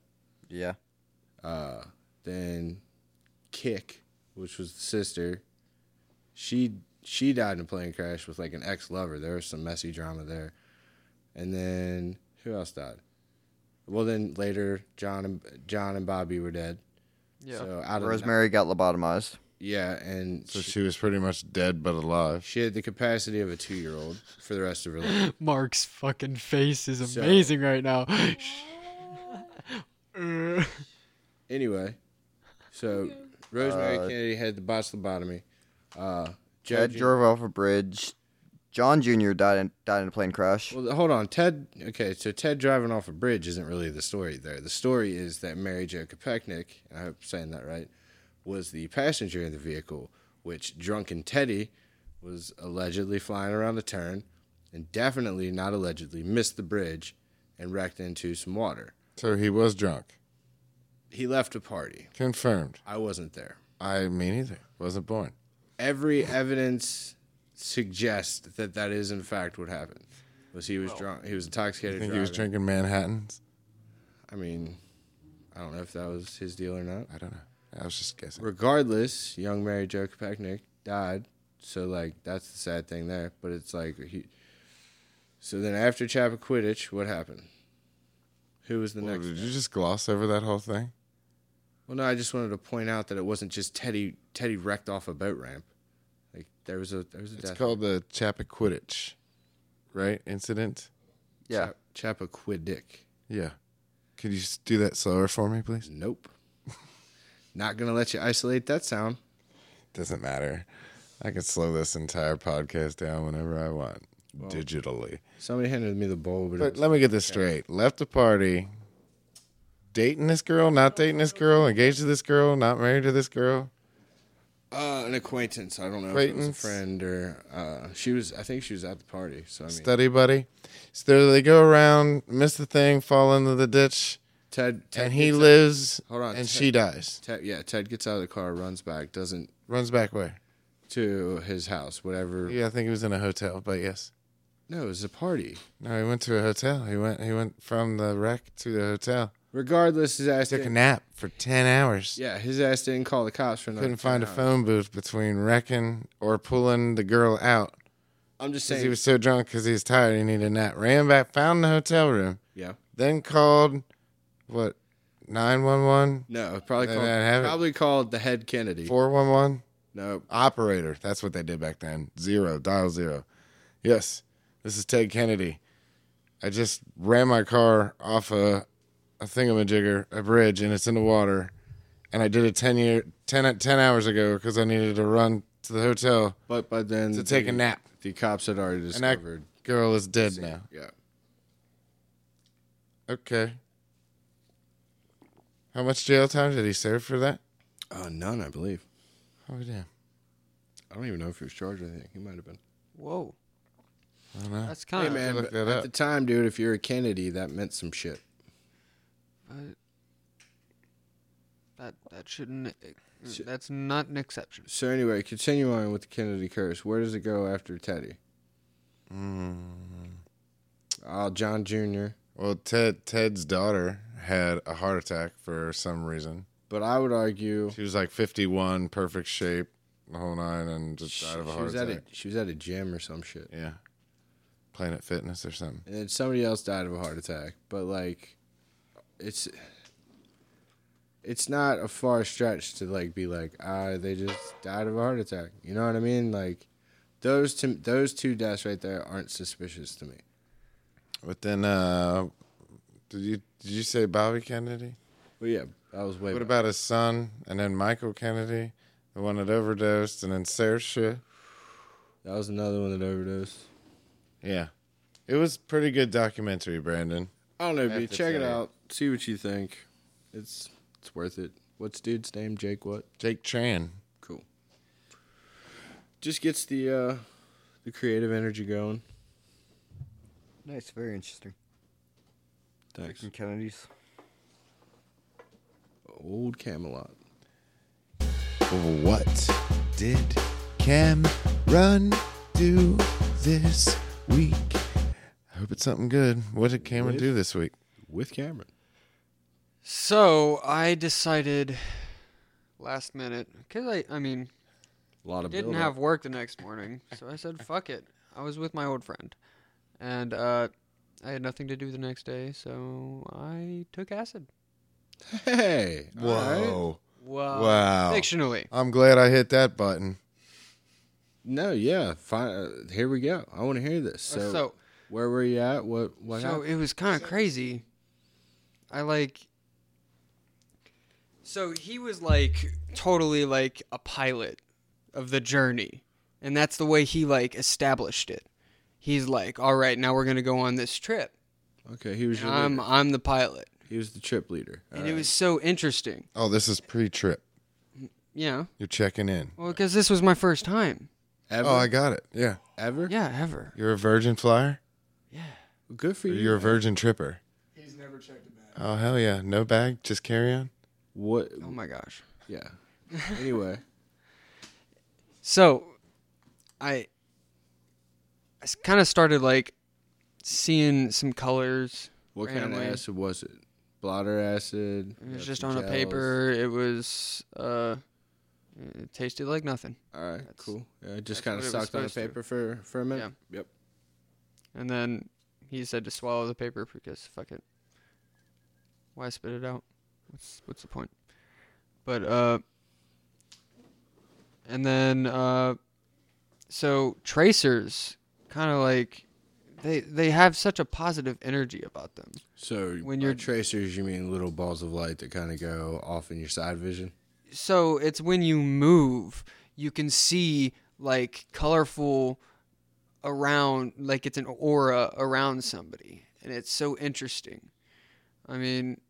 [SPEAKER 5] Yeah.
[SPEAKER 4] uh, Then Kick, which was the sister, She she died in a plane crash with like an ex lover. There was some messy drama there. And then who else died? Well, then later John and John and Bobby were dead.
[SPEAKER 6] Yeah.
[SPEAKER 4] So out of
[SPEAKER 5] Rosemary got lobotomized.
[SPEAKER 4] yeah, and
[SPEAKER 1] So
[SPEAKER 4] she,
[SPEAKER 1] she was pretty much dead but alive.
[SPEAKER 4] she had the capacity of a two year old for the rest of her life.
[SPEAKER 6] Mark's fucking face is
[SPEAKER 4] So-
[SPEAKER 6] amazing right now.
[SPEAKER 4] Anyway, so Rosemary
[SPEAKER 5] Uh,
[SPEAKER 4] Kennedy had the botulobotomy. Uh, Joe
[SPEAKER 5] Ted
[SPEAKER 4] Jr.
[SPEAKER 5] drove off a bridge. John Jr. died in, died in a plane crash.
[SPEAKER 4] Well, hold on, Ted. Okay, so Ted driving off a bridge isn't really the story there. The story is that Mary Jo Kopechnik, and I hope I'm saying that right, was the passenger in the vehicle, which drunken Teddy was allegedly flying around a turn, and definitely not allegedly missed the bridge, and wrecked into some water.
[SPEAKER 1] So he was drunk.
[SPEAKER 4] He left a party.
[SPEAKER 1] Confirmed.
[SPEAKER 4] I wasn't there.
[SPEAKER 1] I mean, either. Wasn't born.
[SPEAKER 4] Every evidence suggests that that is in fact what happened. Was he was drunk? He was intoxicated.
[SPEAKER 1] I think he was
[SPEAKER 4] driving.
[SPEAKER 1] drinking Manhattans.
[SPEAKER 4] I mean, I don't know if that was his deal or not.
[SPEAKER 1] I don't know. I was just guessing.
[SPEAKER 4] Regardless, young Mary Jo Kopechnik died. So, like, that's the sad thing there. But it's like, he. So then after Chappa Quidditch, what happened? Who was the
[SPEAKER 1] Well,
[SPEAKER 4] next?
[SPEAKER 1] did you just gloss over that whole thing?
[SPEAKER 4] Well, no, I just wanted to point out that it wasn't just Teddy. Teddy wrecked off a boat ramp. Like there was a there was a
[SPEAKER 1] It's
[SPEAKER 4] death.
[SPEAKER 1] called the Chappa Quidditch, right? Incident?
[SPEAKER 5] Yeah.
[SPEAKER 4] Chappa Quiddick.
[SPEAKER 1] Yeah. Could you s- do that slower for me, please?
[SPEAKER 4] Nope. Not gonna let you isolate that sound.
[SPEAKER 1] Doesn't matter. I could slow this entire podcast down whenever I want, digitally.
[SPEAKER 4] Somebody handed me the bowl, but,
[SPEAKER 1] But
[SPEAKER 4] it
[SPEAKER 1] let me get this straight. Left the party, dating this girl, not dating this girl, engaged to this girl, not married to this girl.
[SPEAKER 4] Uh, an acquaintance. I don't know if it was a
[SPEAKER 1] Acquaintance.
[SPEAKER 4] friend or uh, she was. I think she was at the party. So I mean,
[SPEAKER 1] Study buddy. So there they go around, miss the thing, fall into the ditch,
[SPEAKER 4] Ted. Ted
[SPEAKER 1] and he
[SPEAKER 4] gets-
[SPEAKER 1] lives
[SPEAKER 4] Hold on,
[SPEAKER 1] and
[SPEAKER 4] Ted-
[SPEAKER 1] she dies.
[SPEAKER 4] Ted, yeah, Ted gets out of the car, runs back, doesn't
[SPEAKER 1] Runs back way.
[SPEAKER 4] to his house. Whatever.
[SPEAKER 1] Yeah, I think he was in a hotel, but yes.
[SPEAKER 4] No, it was a party.
[SPEAKER 1] No, he went to a hotel. He went he went from the wreck to the hotel.
[SPEAKER 4] Regardless, his ass
[SPEAKER 1] Took a
[SPEAKER 4] didn't.
[SPEAKER 1] nap for ten hours.
[SPEAKER 4] Yeah, his ass didn't call the cops for nothing.
[SPEAKER 1] Couldn't find a phone booth between wrecking or pulling the girl out
[SPEAKER 4] I'm just
[SPEAKER 1] because
[SPEAKER 4] saying.
[SPEAKER 1] he was so drunk because he was tired. He needed a nap. Ran back, found the hotel room,
[SPEAKER 4] yeah.
[SPEAKER 1] then called what nine one one
[SPEAKER 4] No, probably
[SPEAKER 1] They
[SPEAKER 4] called.
[SPEAKER 1] didn't have it.
[SPEAKER 4] Probably called the head Kennedy.
[SPEAKER 1] four one one
[SPEAKER 4] No,
[SPEAKER 1] operator. That's what they did back then. Zero dial zero. Yes, this is Ted Kennedy. I just ran my car off a a thingamajigger, a bridge, and it's in the water. And I did it ten year 10, 10 hours ago because I needed to run to the hotel
[SPEAKER 4] but but then
[SPEAKER 1] to take a
[SPEAKER 4] the-
[SPEAKER 1] nap.
[SPEAKER 4] The cops had already
[SPEAKER 1] And that
[SPEAKER 4] discovered.
[SPEAKER 1] girl is dead now.
[SPEAKER 4] Yeah.
[SPEAKER 1] Okay. How much jail time did he serve for that?
[SPEAKER 4] Uh, none, I believe.
[SPEAKER 1] Oh damn!
[SPEAKER 4] I don't even know if he was charged with anything. He might have been.
[SPEAKER 6] Whoa.
[SPEAKER 1] I don't know.
[SPEAKER 6] That's kind
[SPEAKER 4] Hey
[SPEAKER 6] of
[SPEAKER 4] man,
[SPEAKER 1] look
[SPEAKER 4] but
[SPEAKER 1] that
[SPEAKER 4] at
[SPEAKER 1] up.
[SPEAKER 4] the time, dude, if you're a Kennedy, that meant some shit.
[SPEAKER 6] that that shouldn't that's not an exception.
[SPEAKER 4] So anyway, continuing with the Kennedy curse, where does it go after Teddy?
[SPEAKER 1] Hmm.
[SPEAKER 4] Mm. Uh, John Jr.
[SPEAKER 1] Well, Ted Ted's daughter had a heart attack for some reason.
[SPEAKER 4] But I would argue
[SPEAKER 1] She was like 51, perfect shape, the whole nine, and just
[SPEAKER 4] she,
[SPEAKER 1] died of a
[SPEAKER 4] she
[SPEAKER 1] heart
[SPEAKER 4] was at
[SPEAKER 1] attack.
[SPEAKER 4] a she was at a gym or some shit,
[SPEAKER 1] Yeah, Planet Fitness or something.
[SPEAKER 4] and then somebody else died of a heart attack. But like, it's it's not a far stretch to like be like, ah, they just died of a heart attack. You know what I mean? Like, those two those two deaths right there aren't suspicious to me.
[SPEAKER 1] But then, uh, did you did you say Bobby Kennedy?
[SPEAKER 4] But yeah, that was way.
[SPEAKER 1] What
[SPEAKER 4] back.
[SPEAKER 1] about his son, and then Michael Kennedy, the one that overdosed, and then Saoirse?
[SPEAKER 4] That was another one that overdosed.
[SPEAKER 1] Yeah, it was pretty good documentary, Brandon.
[SPEAKER 4] I don't know,
[SPEAKER 1] have
[SPEAKER 4] B.
[SPEAKER 1] to
[SPEAKER 4] Check it
[SPEAKER 1] say.
[SPEAKER 4] out. See what you think. It's it's worth it. What's dude's name? Jake what?
[SPEAKER 1] Jake Tran.
[SPEAKER 4] Cool. Just gets the uh the creative energy going.
[SPEAKER 5] Nice, very interesting.
[SPEAKER 4] Thanks.
[SPEAKER 5] Kennedy's.
[SPEAKER 4] Old Camelot.
[SPEAKER 1] What did Cameron do this week? I hope it's something good. What did Cameron do this week?
[SPEAKER 4] With Cameron.
[SPEAKER 6] So I decided last minute because I I mean
[SPEAKER 4] A lot of
[SPEAKER 6] didn't
[SPEAKER 4] buildup.
[SPEAKER 6] have work the next morning, so I said, "Fuck it." I was with my old friend, and uh, I had nothing to do the next day, so I took acid.
[SPEAKER 4] Hey. alright.
[SPEAKER 1] Whoa.
[SPEAKER 6] Wow.
[SPEAKER 1] Wow.
[SPEAKER 6] Fictionally.
[SPEAKER 1] I'm glad I hit that button.
[SPEAKER 4] No, yeah. Fine. uh, Here we go. I want to hear this. So,
[SPEAKER 6] So, so,
[SPEAKER 4] where were you at? What what happened?
[SPEAKER 6] it was kind of crazy. I like. So he was like totally like a pilot of the journey, and that's the way he like established it. He's like, "All right, now we're gonna go on this trip."
[SPEAKER 4] Okay, he was
[SPEAKER 6] And
[SPEAKER 4] your
[SPEAKER 6] I'm
[SPEAKER 4] leader.
[SPEAKER 6] I'm the pilot,
[SPEAKER 4] he was the trip leader.
[SPEAKER 6] and it
[SPEAKER 4] Alright.
[SPEAKER 6] was so interesting.
[SPEAKER 1] Oh, this is pre-trip.
[SPEAKER 6] Yeah.
[SPEAKER 1] You're checking in.
[SPEAKER 6] Well, because this was my first time.
[SPEAKER 4] ever
[SPEAKER 1] Oh, I got it. Yeah.
[SPEAKER 4] ever.
[SPEAKER 6] Yeah, ever.
[SPEAKER 1] You're a virgin flyer?
[SPEAKER 4] Good for
[SPEAKER 1] Or
[SPEAKER 4] you.
[SPEAKER 1] you're a virgin tripper?
[SPEAKER 7] He's never checked a bag.
[SPEAKER 1] Oh, hell yeah. No bag, just carry on?
[SPEAKER 4] what?
[SPEAKER 6] Oh my gosh.
[SPEAKER 4] Yeah. Anyway,
[SPEAKER 6] So, I, I kind of started like seeing some colors.
[SPEAKER 4] what kind
[SPEAKER 6] Randomly.
[SPEAKER 4] of acid was it? Blotter acid.
[SPEAKER 6] It was just on a paper. It was uh, it tasted like nothing.
[SPEAKER 4] All right, cool. Yeah, it just
[SPEAKER 6] that's
[SPEAKER 4] kind of
[SPEAKER 6] what it was
[SPEAKER 4] sucked on a
[SPEAKER 6] supposed to.
[SPEAKER 4] paper for for a minute. Yep.
[SPEAKER 6] And then he said to swallow the paper because fuck it. Why spit it out? What's what's the point? But uh and then uh so tracers kind of like they they have such a positive energy about them.
[SPEAKER 4] So
[SPEAKER 6] When
[SPEAKER 4] when
[SPEAKER 6] you're-
[SPEAKER 4] you're tracers, you mean little balls of light that kind of go off in your side vision.
[SPEAKER 6] So it's when you move, you can see like colorful around like it's an aura around somebody and it's so interesting. I mean,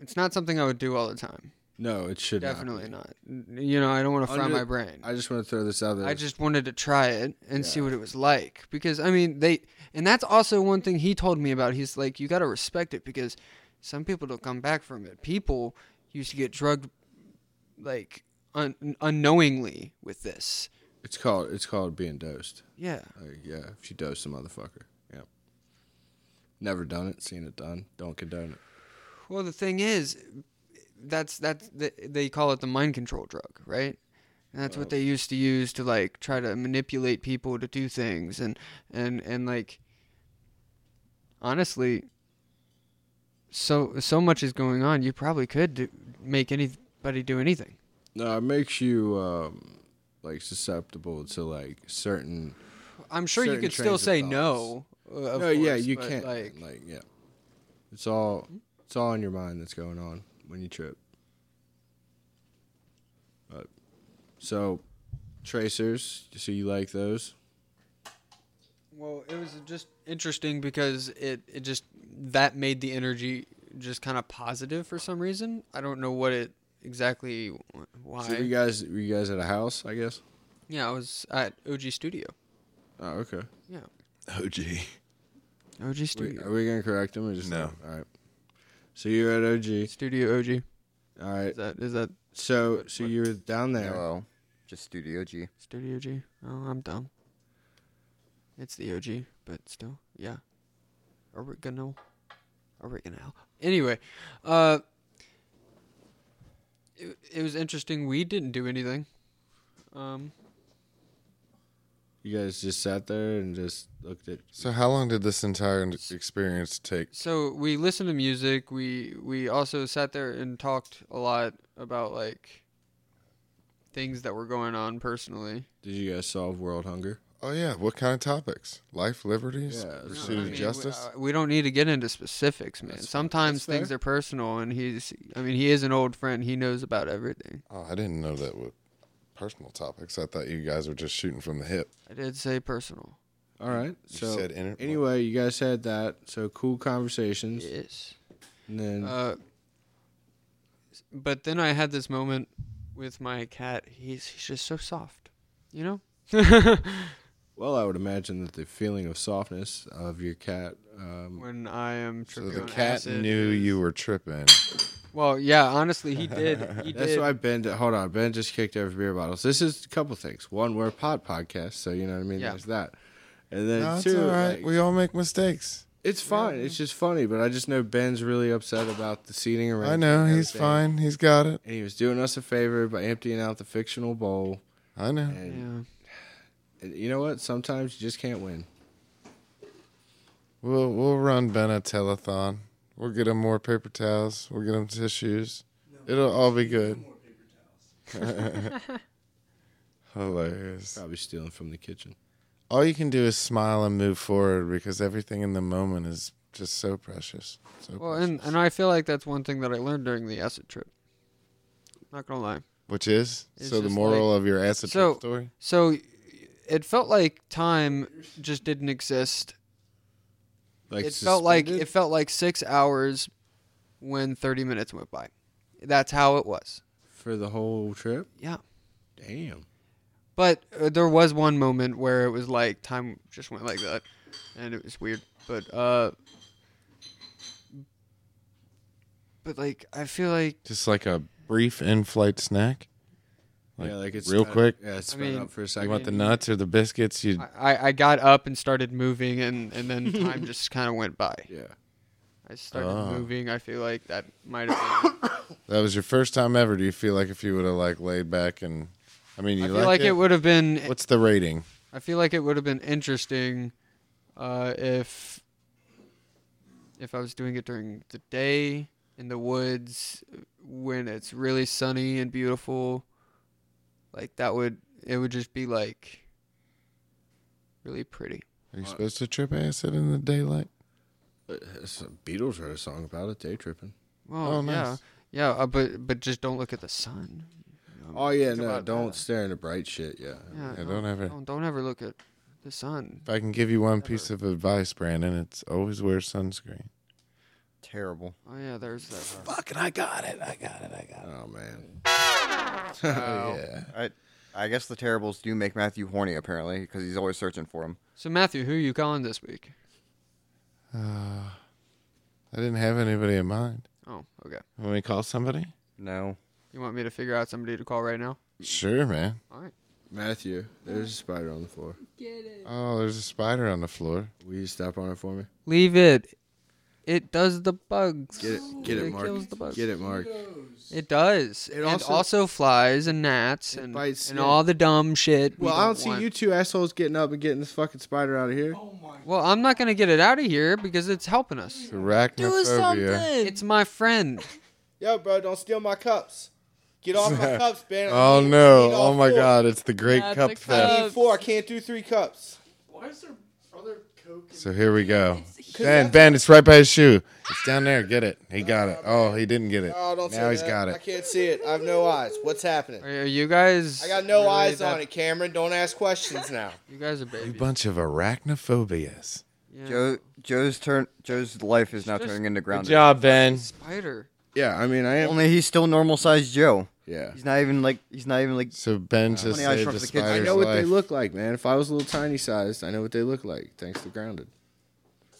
[SPEAKER 6] it's not something I would do all the time.
[SPEAKER 4] No, it should not
[SPEAKER 6] Definitely
[SPEAKER 4] be.
[SPEAKER 6] not. N- You know, I don't want to fry
[SPEAKER 4] Under-
[SPEAKER 6] my brain.
[SPEAKER 4] I just want to throw this out there.
[SPEAKER 6] I just wanted to try it and see what it was like because I mean they and that's also one thing he told me about. He's like you got to respect it because some people don't come back from it. People used to get drugged like un- unknowingly with this.
[SPEAKER 4] it's called it's called being dosed.
[SPEAKER 6] Yeah.
[SPEAKER 4] Like, yeah, if you dose a motherfucker. Yep. Never done it. Seen it done. Don't condone it.
[SPEAKER 6] Well, the thing is that's that's the, they call it the mind control drug, right? And that's what they used to use to like try to manipulate people to do things and and and like honestly so so much is going on you probably could do, make anybody do anything
[SPEAKER 4] No, it makes you um, like susceptible to like certain.
[SPEAKER 6] i'm sure you
[SPEAKER 4] Certain
[SPEAKER 6] could still
[SPEAKER 4] trains of
[SPEAKER 6] say
[SPEAKER 4] thoughts.
[SPEAKER 6] no uh, of
[SPEAKER 4] no, yeah,
[SPEAKER 6] course,
[SPEAKER 4] you
[SPEAKER 6] but,
[SPEAKER 4] can't. Like, yeah, it's all it's all in your mind that's going on when you trip. But so, tracers. So you like those?
[SPEAKER 6] Well, it was just interesting because it, it just that made the energy just kind of positive for some reason. I don't know what it exactly why.
[SPEAKER 4] So you guys, were you guys at a house? I guess.
[SPEAKER 6] yeah, I was at OG Studio.
[SPEAKER 4] Oh, okay.
[SPEAKER 6] Yeah,
[SPEAKER 1] Oh, gee.
[SPEAKER 6] OG
[SPEAKER 4] Wait,
[SPEAKER 6] Studio.
[SPEAKER 4] are we gonna correct them or just
[SPEAKER 1] No.
[SPEAKER 4] All right. So you were at OG.
[SPEAKER 6] Studio OG.
[SPEAKER 4] All right.
[SPEAKER 6] Is that is that
[SPEAKER 4] So so you were down there.
[SPEAKER 5] Hello. Just Studio G.
[SPEAKER 6] Studio G? Oh, I'm dumb. It's the OG, but still, yeah. Original, original. Anyway, uh, it, it was interesting. We didn't do anything. Um,
[SPEAKER 4] You guys just sat there and just looked at.
[SPEAKER 1] So, how long did this entire experience take?
[SPEAKER 6] so we listened to music. We we also sat there and talked a lot about like things that were going on personally.
[SPEAKER 4] Did you guys solve world hunger?
[SPEAKER 1] Oh, yeah. What kind of topics? Life, liberties,
[SPEAKER 4] Yeah,
[SPEAKER 1] pursuit
[SPEAKER 6] I
[SPEAKER 1] of
[SPEAKER 6] mean,
[SPEAKER 1] justice?
[SPEAKER 6] We, uh, we don't need to get into specifics, man. Sometimes
[SPEAKER 4] That's
[SPEAKER 6] things
[SPEAKER 4] fair.
[SPEAKER 6] are personal, and he's I mean he is an old friend. He knows about everything.
[SPEAKER 1] Oh, I didn't know that with personal topics. I thought you guys were just shooting from the hip.
[SPEAKER 6] I did say personal.
[SPEAKER 4] All right.
[SPEAKER 1] You
[SPEAKER 4] So
[SPEAKER 1] said inter-
[SPEAKER 4] anyway, you guys had that. So cool conversations,
[SPEAKER 6] Yes.
[SPEAKER 4] and then
[SPEAKER 6] Uh, but then I had this moment with my cat. He's he's just so soft, you know.
[SPEAKER 4] well, I would imagine that the feeling of softness of your cat. Um,
[SPEAKER 6] when I am
[SPEAKER 1] So,
[SPEAKER 6] tripping
[SPEAKER 1] the
[SPEAKER 6] on
[SPEAKER 1] cat
[SPEAKER 6] acid
[SPEAKER 1] knew
[SPEAKER 6] is-
[SPEAKER 1] you were tripping.
[SPEAKER 6] Well, yeah, honestly, he did. He
[SPEAKER 4] that's
[SPEAKER 6] did.
[SPEAKER 4] why Ben. Hold on, Ben just kicked over beer bottles. This is a couple things. One, we're a pod podcast, so you know what I mean.
[SPEAKER 6] Yeah.
[SPEAKER 4] There's that, and then
[SPEAKER 1] No, it's
[SPEAKER 4] two,
[SPEAKER 1] all right.
[SPEAKER 4] like-
[SPEAKER 1] we all make mistakes.
[SPEAKER 4] It's fine. It's just funny, but I just know Ben's really upset about the seating arrangement.
[SPEAKER 1] I
[SPEAKER 4] and
[SPEAKER 1] know. He's
[SPEAKER 4] everything.
[SPEAKER 1] fine. He's got it.
[SPEAKER 4] And he was doing us a favor by emptying out the fictional bowl
[SPEAKER 1] I know.
[SPEAKER 4] And,
[SPEAKER 6] Yeah.
[SPEAKER 4] and you know what? Sometimes you just can't win.
[SPEAKER 1] We'll we'll run Ben a telethon. We'll get him more paper towels. We'll get him tissues. It'll all be good. Hilarious.
[SPEAKER 4] Probably stealing from the kitchen.
[SPEAKER 1] All you can do is smile and move forward because everything in the moment is just so precious. So
[SPEAKER 6] Well,
[SPEAKER 1] precious.
[SPEAKER 6] and, and I feel like that's one thing that I learned during the acid trip. Not gonna lie.
[SPEAKER 1] Which is
[SPEAKER 6] It's
[SPEAKER 1] so the
[SPEAKER 6] just
[SPEAKER 1] moral of your acid trip
[SPEAKER 6] So-
[SPEAKER 1] story.
[SPEAKER 6] So it felt like time just didn't exist.
[SPEAKER 4] Like
[SPEAKER 6] it felt like
[SPEAKER 4] suspended?
[SPEAKER 6] it felt like six hours when thirty minutes went by. That's how it was.
[SPEAKER 4] for the whole trip.
[SPEAKER 6] Yeah.
[SPEAKER 4] Damn.
[SPEAKER 6] But uh, there was one moment where it was like time just went like that, and it was weird. But uh, but like I feel like
[SPEAKER 1] Just like a brief in-flight snack. Like,
[SPEAKER 4] yeah, like it's
[SPEAKER 1] real
[SPEAKER 4] sped-
[SPEAKER 1] quick.
[SPEAKER 4] Yeah, it's
[SPEAKER 6] I
[SPEAKER 4] sped
[SPEAKER 6] mean,
[SPEAKER 4] up for a
[SPEAKER 1] You
[SPEAKER 4] second.
[SPEAKER 1] want the nuts or the biscuits? You
[SPEAKER 6] I, I got up and started moving, and and then time just kind of went by.
[SPEAKER 4] yeah.
[SPEAKER 6] I started
[SPEAKER 1] Ah.
[SPEAKER 6] moving. I feel like that might have been.
[SPEAKER 1] that was your first time ever. Do you feel like if you would have like laid back and, I mean, you
[SPEAKER 6] I feel like it, would have been.
[SPEAKER 1] What's the rating?
[SPEAKER 6] I feel like it would have been interesting, uh, if if I was doing it during the day in the woods when it's really sunny and beautiful. Like that would it would just be like really pretty.
[SPEAKER 1] Are you supposed to trip acid in the daylight?
[SPEAKER 4] It's- Uh, Beatles wrote a song about it. Day tripping.
[SPEAKER 6] Well,
[SPEAKER 1] Oh,
[SPEAKER 6] yeah,
[SPEAKER 1] nice.
[SPEAKER 6] yeah, uh, but but just don't look at the sun.
[SPEAKER 4] Oh yeah, no,
[SPEAKER 6] about
[SPEAKER 4] don't
[SPEAKER 6] that.
[SPEAKER 4] stare into bright shit. Yeah.
[SPEAKER 6] Yeah,
[SPEAKER 1] Yeah, don't ever.
[SPEAKER 6] don't, don't ever look at the sun.
[SPEAKER 1] If I can give you one piece of advice, Brandon, it's always wear sunscreen.
[SPEAKER 5] Terrible.
[SPEAKER 6] Oh yeah, there's that.
[SPEAKER 1] Fucking, I got it. I got it. I got
[SPEAKER 4] Oh man.
[SPEAKER 6] Oh.
[SPEAKER 1] Yeah.
[SPEAKER 5] I, I guess the terribles do make Matthew horny apparently because he's always searching for him.
[SPEAKER 6] So Matthew, who are you calling this week?
[SPEAKER 1] I didn't have anybody in mind.
[SPEAKER 6] Oh, okay.
[SPEAKER 1] When we call somebody?
[SPEAKER 5] No.
[SPEAKER 6] You want me to figure out somebody to call right now?
[SPEAKER 1] Sure, man.
[SPEAKER 6] All right.
[SPEAKER 4] Matthew, there's a spider on the floor.
[SPEAKER 8] Get it.
[SPEAKER 1] Oh, there's a spider on the floor.
[SPEAKER 4] Will you step on it for me?
[SPEAKER 6] Leave it. It does the bugs.
[SPEAKER 4] Get it, get it, Mark.
[SPEAKER 6] kills the bugs.
[SPEAKER 4] Get it, Mark.
[SPEAKER 6] It does.
[SPEAKER 4] It
[SPEAKER 6] It also,
[SPEAKER 4] also-
[SPEAKER 6] flies and gnats
[SPEAKER 4] It
[SPEAKER 6] and,
[SPEAKER 4] bites,
[SPEAKER 6] and
[SPEAKER 4] yeah.
[SPEAKER 6] all the dumb shit. we
[SPEAKER 4] Well, I don't see
[SPEAKER 6] want.
[SPEAKER 4] you two assholes getting up and getting this fucking spider out of here.
[SPEAKER 6] Well, I'm not gonna get it out of here because it's helping us.
[SPEAKER 1] Arachnophobia.
[SPEAKER 6] It's my friend.
[SPEAKER 4] Yo, bro, don't steal my cups. Get off my cups, man.
[SPEAKER 1] Oh no! Oh my God! It's the Great Cup Theft.
[SPEAKER 4] Four. I can't do three cups.
[SPEAKER 7] Why is there other coke? In
[SPEAKER 1] So here we go. Ben, Ben, it's right by his shoe. It's down there. Get it. He got it. Oh, he didn't get it. Now he's got it.
[SPEAKER 4] can't see it. I have no eyes. What's happening?
[SPEAKER 6] Are, are you guys? really that-
[SPEAKER 4] it, Cameron. Don't ask questions now.
[SPEAKER 6] You guys are
[SPEAKER 1] You
[SPEAKER 6] babies.
[SPEAKER 1] bunch of arachnophobias.
[SPEAKER 6] Yeah.
[SPEAKER 5] Joe, Joe's turn. Joe's life is now
[SPEAKER 6] Just-
[SPEAKER 5] turning into ground.
[SPEAKER 1] Ben.
[SPEAKER 6] Spider.
[SPEAKER 4] Yeah, I mean, I am.
[SPEAKER 5] Only he's still normal sized Joe.
[SPEAKER 4] Yeah.
[SPEAKER 5] He's not even like. He's not even like.
[SPEAKER 1] So Ben just
[SPEAKER 5] Funny how I
[SPEAKER 1] saved
[SPEAKER 5] shrunk
[SPEAKER 1] the
[SPEAKER 5] the kids.
[SPEAKER 1] spider's
[SPEAKER 4] I know what they
[SPEAKER 1] life.
[SPEAKER 4] look like, man. If I was a little tiny sized, I know what they look like, thanks to Grounded.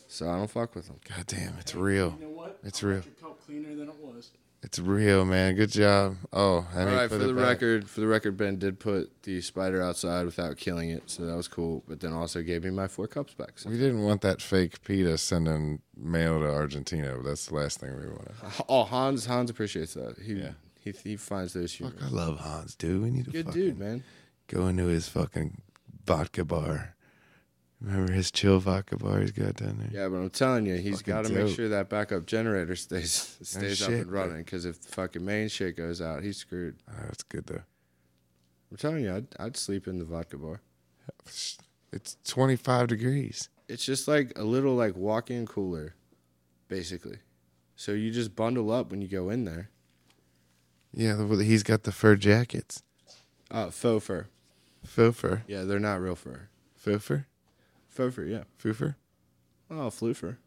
[SPEAKER 4] So I don't fuck with them.
[SPEAKER 1] God damn, it's real.
[SPEAKER 7] You know what?
[SPEAKER 1] It's
[SPEAKER 7] I
[SPEAKER 1] real.
[SPEAKER 7] want Your cup cleaner than it was.
[SPEAKER 1] It's real, man. Good job. Oh, I
[SPEAKER 4] All
[SPEAKER 1] need
[SPEAKER 4] right,
[SPEAKER 1] put
[SPEAKER 4] for
[SPEAKER 1] it
[SPEAKER 4] the
[SPEAKER 1] back.
[SPEAKER 4] record, for the record, Ben did put the spider outside without killing it, so that was cool. But then also gave me my four cups back. So.
[SPEAKER 1] We didn't want that fake PETA sending mail to Argentina. But that's the last thing we wanted.
[SPEAKER 4] Oh, Hans, Hans appreciates that. He
[SPEAKER 1] Yeah.
[SPEAKER 4] he, he finds those humor.
[SPEAKER 1] Fuck, I love Hans, dude. We need to
[SPEAKER 4] Good
[SPEAKER 1] fucking
[SPEAKER 4] dude, man.
[SPEAKER 1] go into his fucking vodka bar. Remember his chill vodka bar he's got down there?
[SPEAKER 4] Yeah, but I'm telling you, he's
[SPEAKER 1] Fucking
[SPEAKER 4] got to make
[SPEAKER 1] dope.
[SPEAKER 4] sure that backup generator stays stays up
[SPEAKER 1] shit,
[SPEAKER 4] and
[SPEAKER 1] bro.
[SPEAKER 4] running. Because if the fucking main shit goes out, he's screwed.
[SPEAKER 1] Oh, that's good though.
[SPEAKER 4] I'm telling you, I'd, I'd sleep in the vodka bar.
[SPEAKER 1] It's 25 degrees.
[SPEAKER 4] It's just like a little like walk-in cooler, basically. So you just bundle up when you go in there.
[SPEAKER 1] Yeah, the- well, he's got the fur jackets.
[SPEAKER 4] Uh, faux fur.
[SPEAKER 1] Faux fur.
[SPEAKER 4] Yeah, they're not real fur.
[SPEAKER 1] Faux fur?
[SPEAKER 4] Faux fur, yeah.
[SPEAKER 1] Faux fur?
[SPEAKER 4] Oh, flu fur.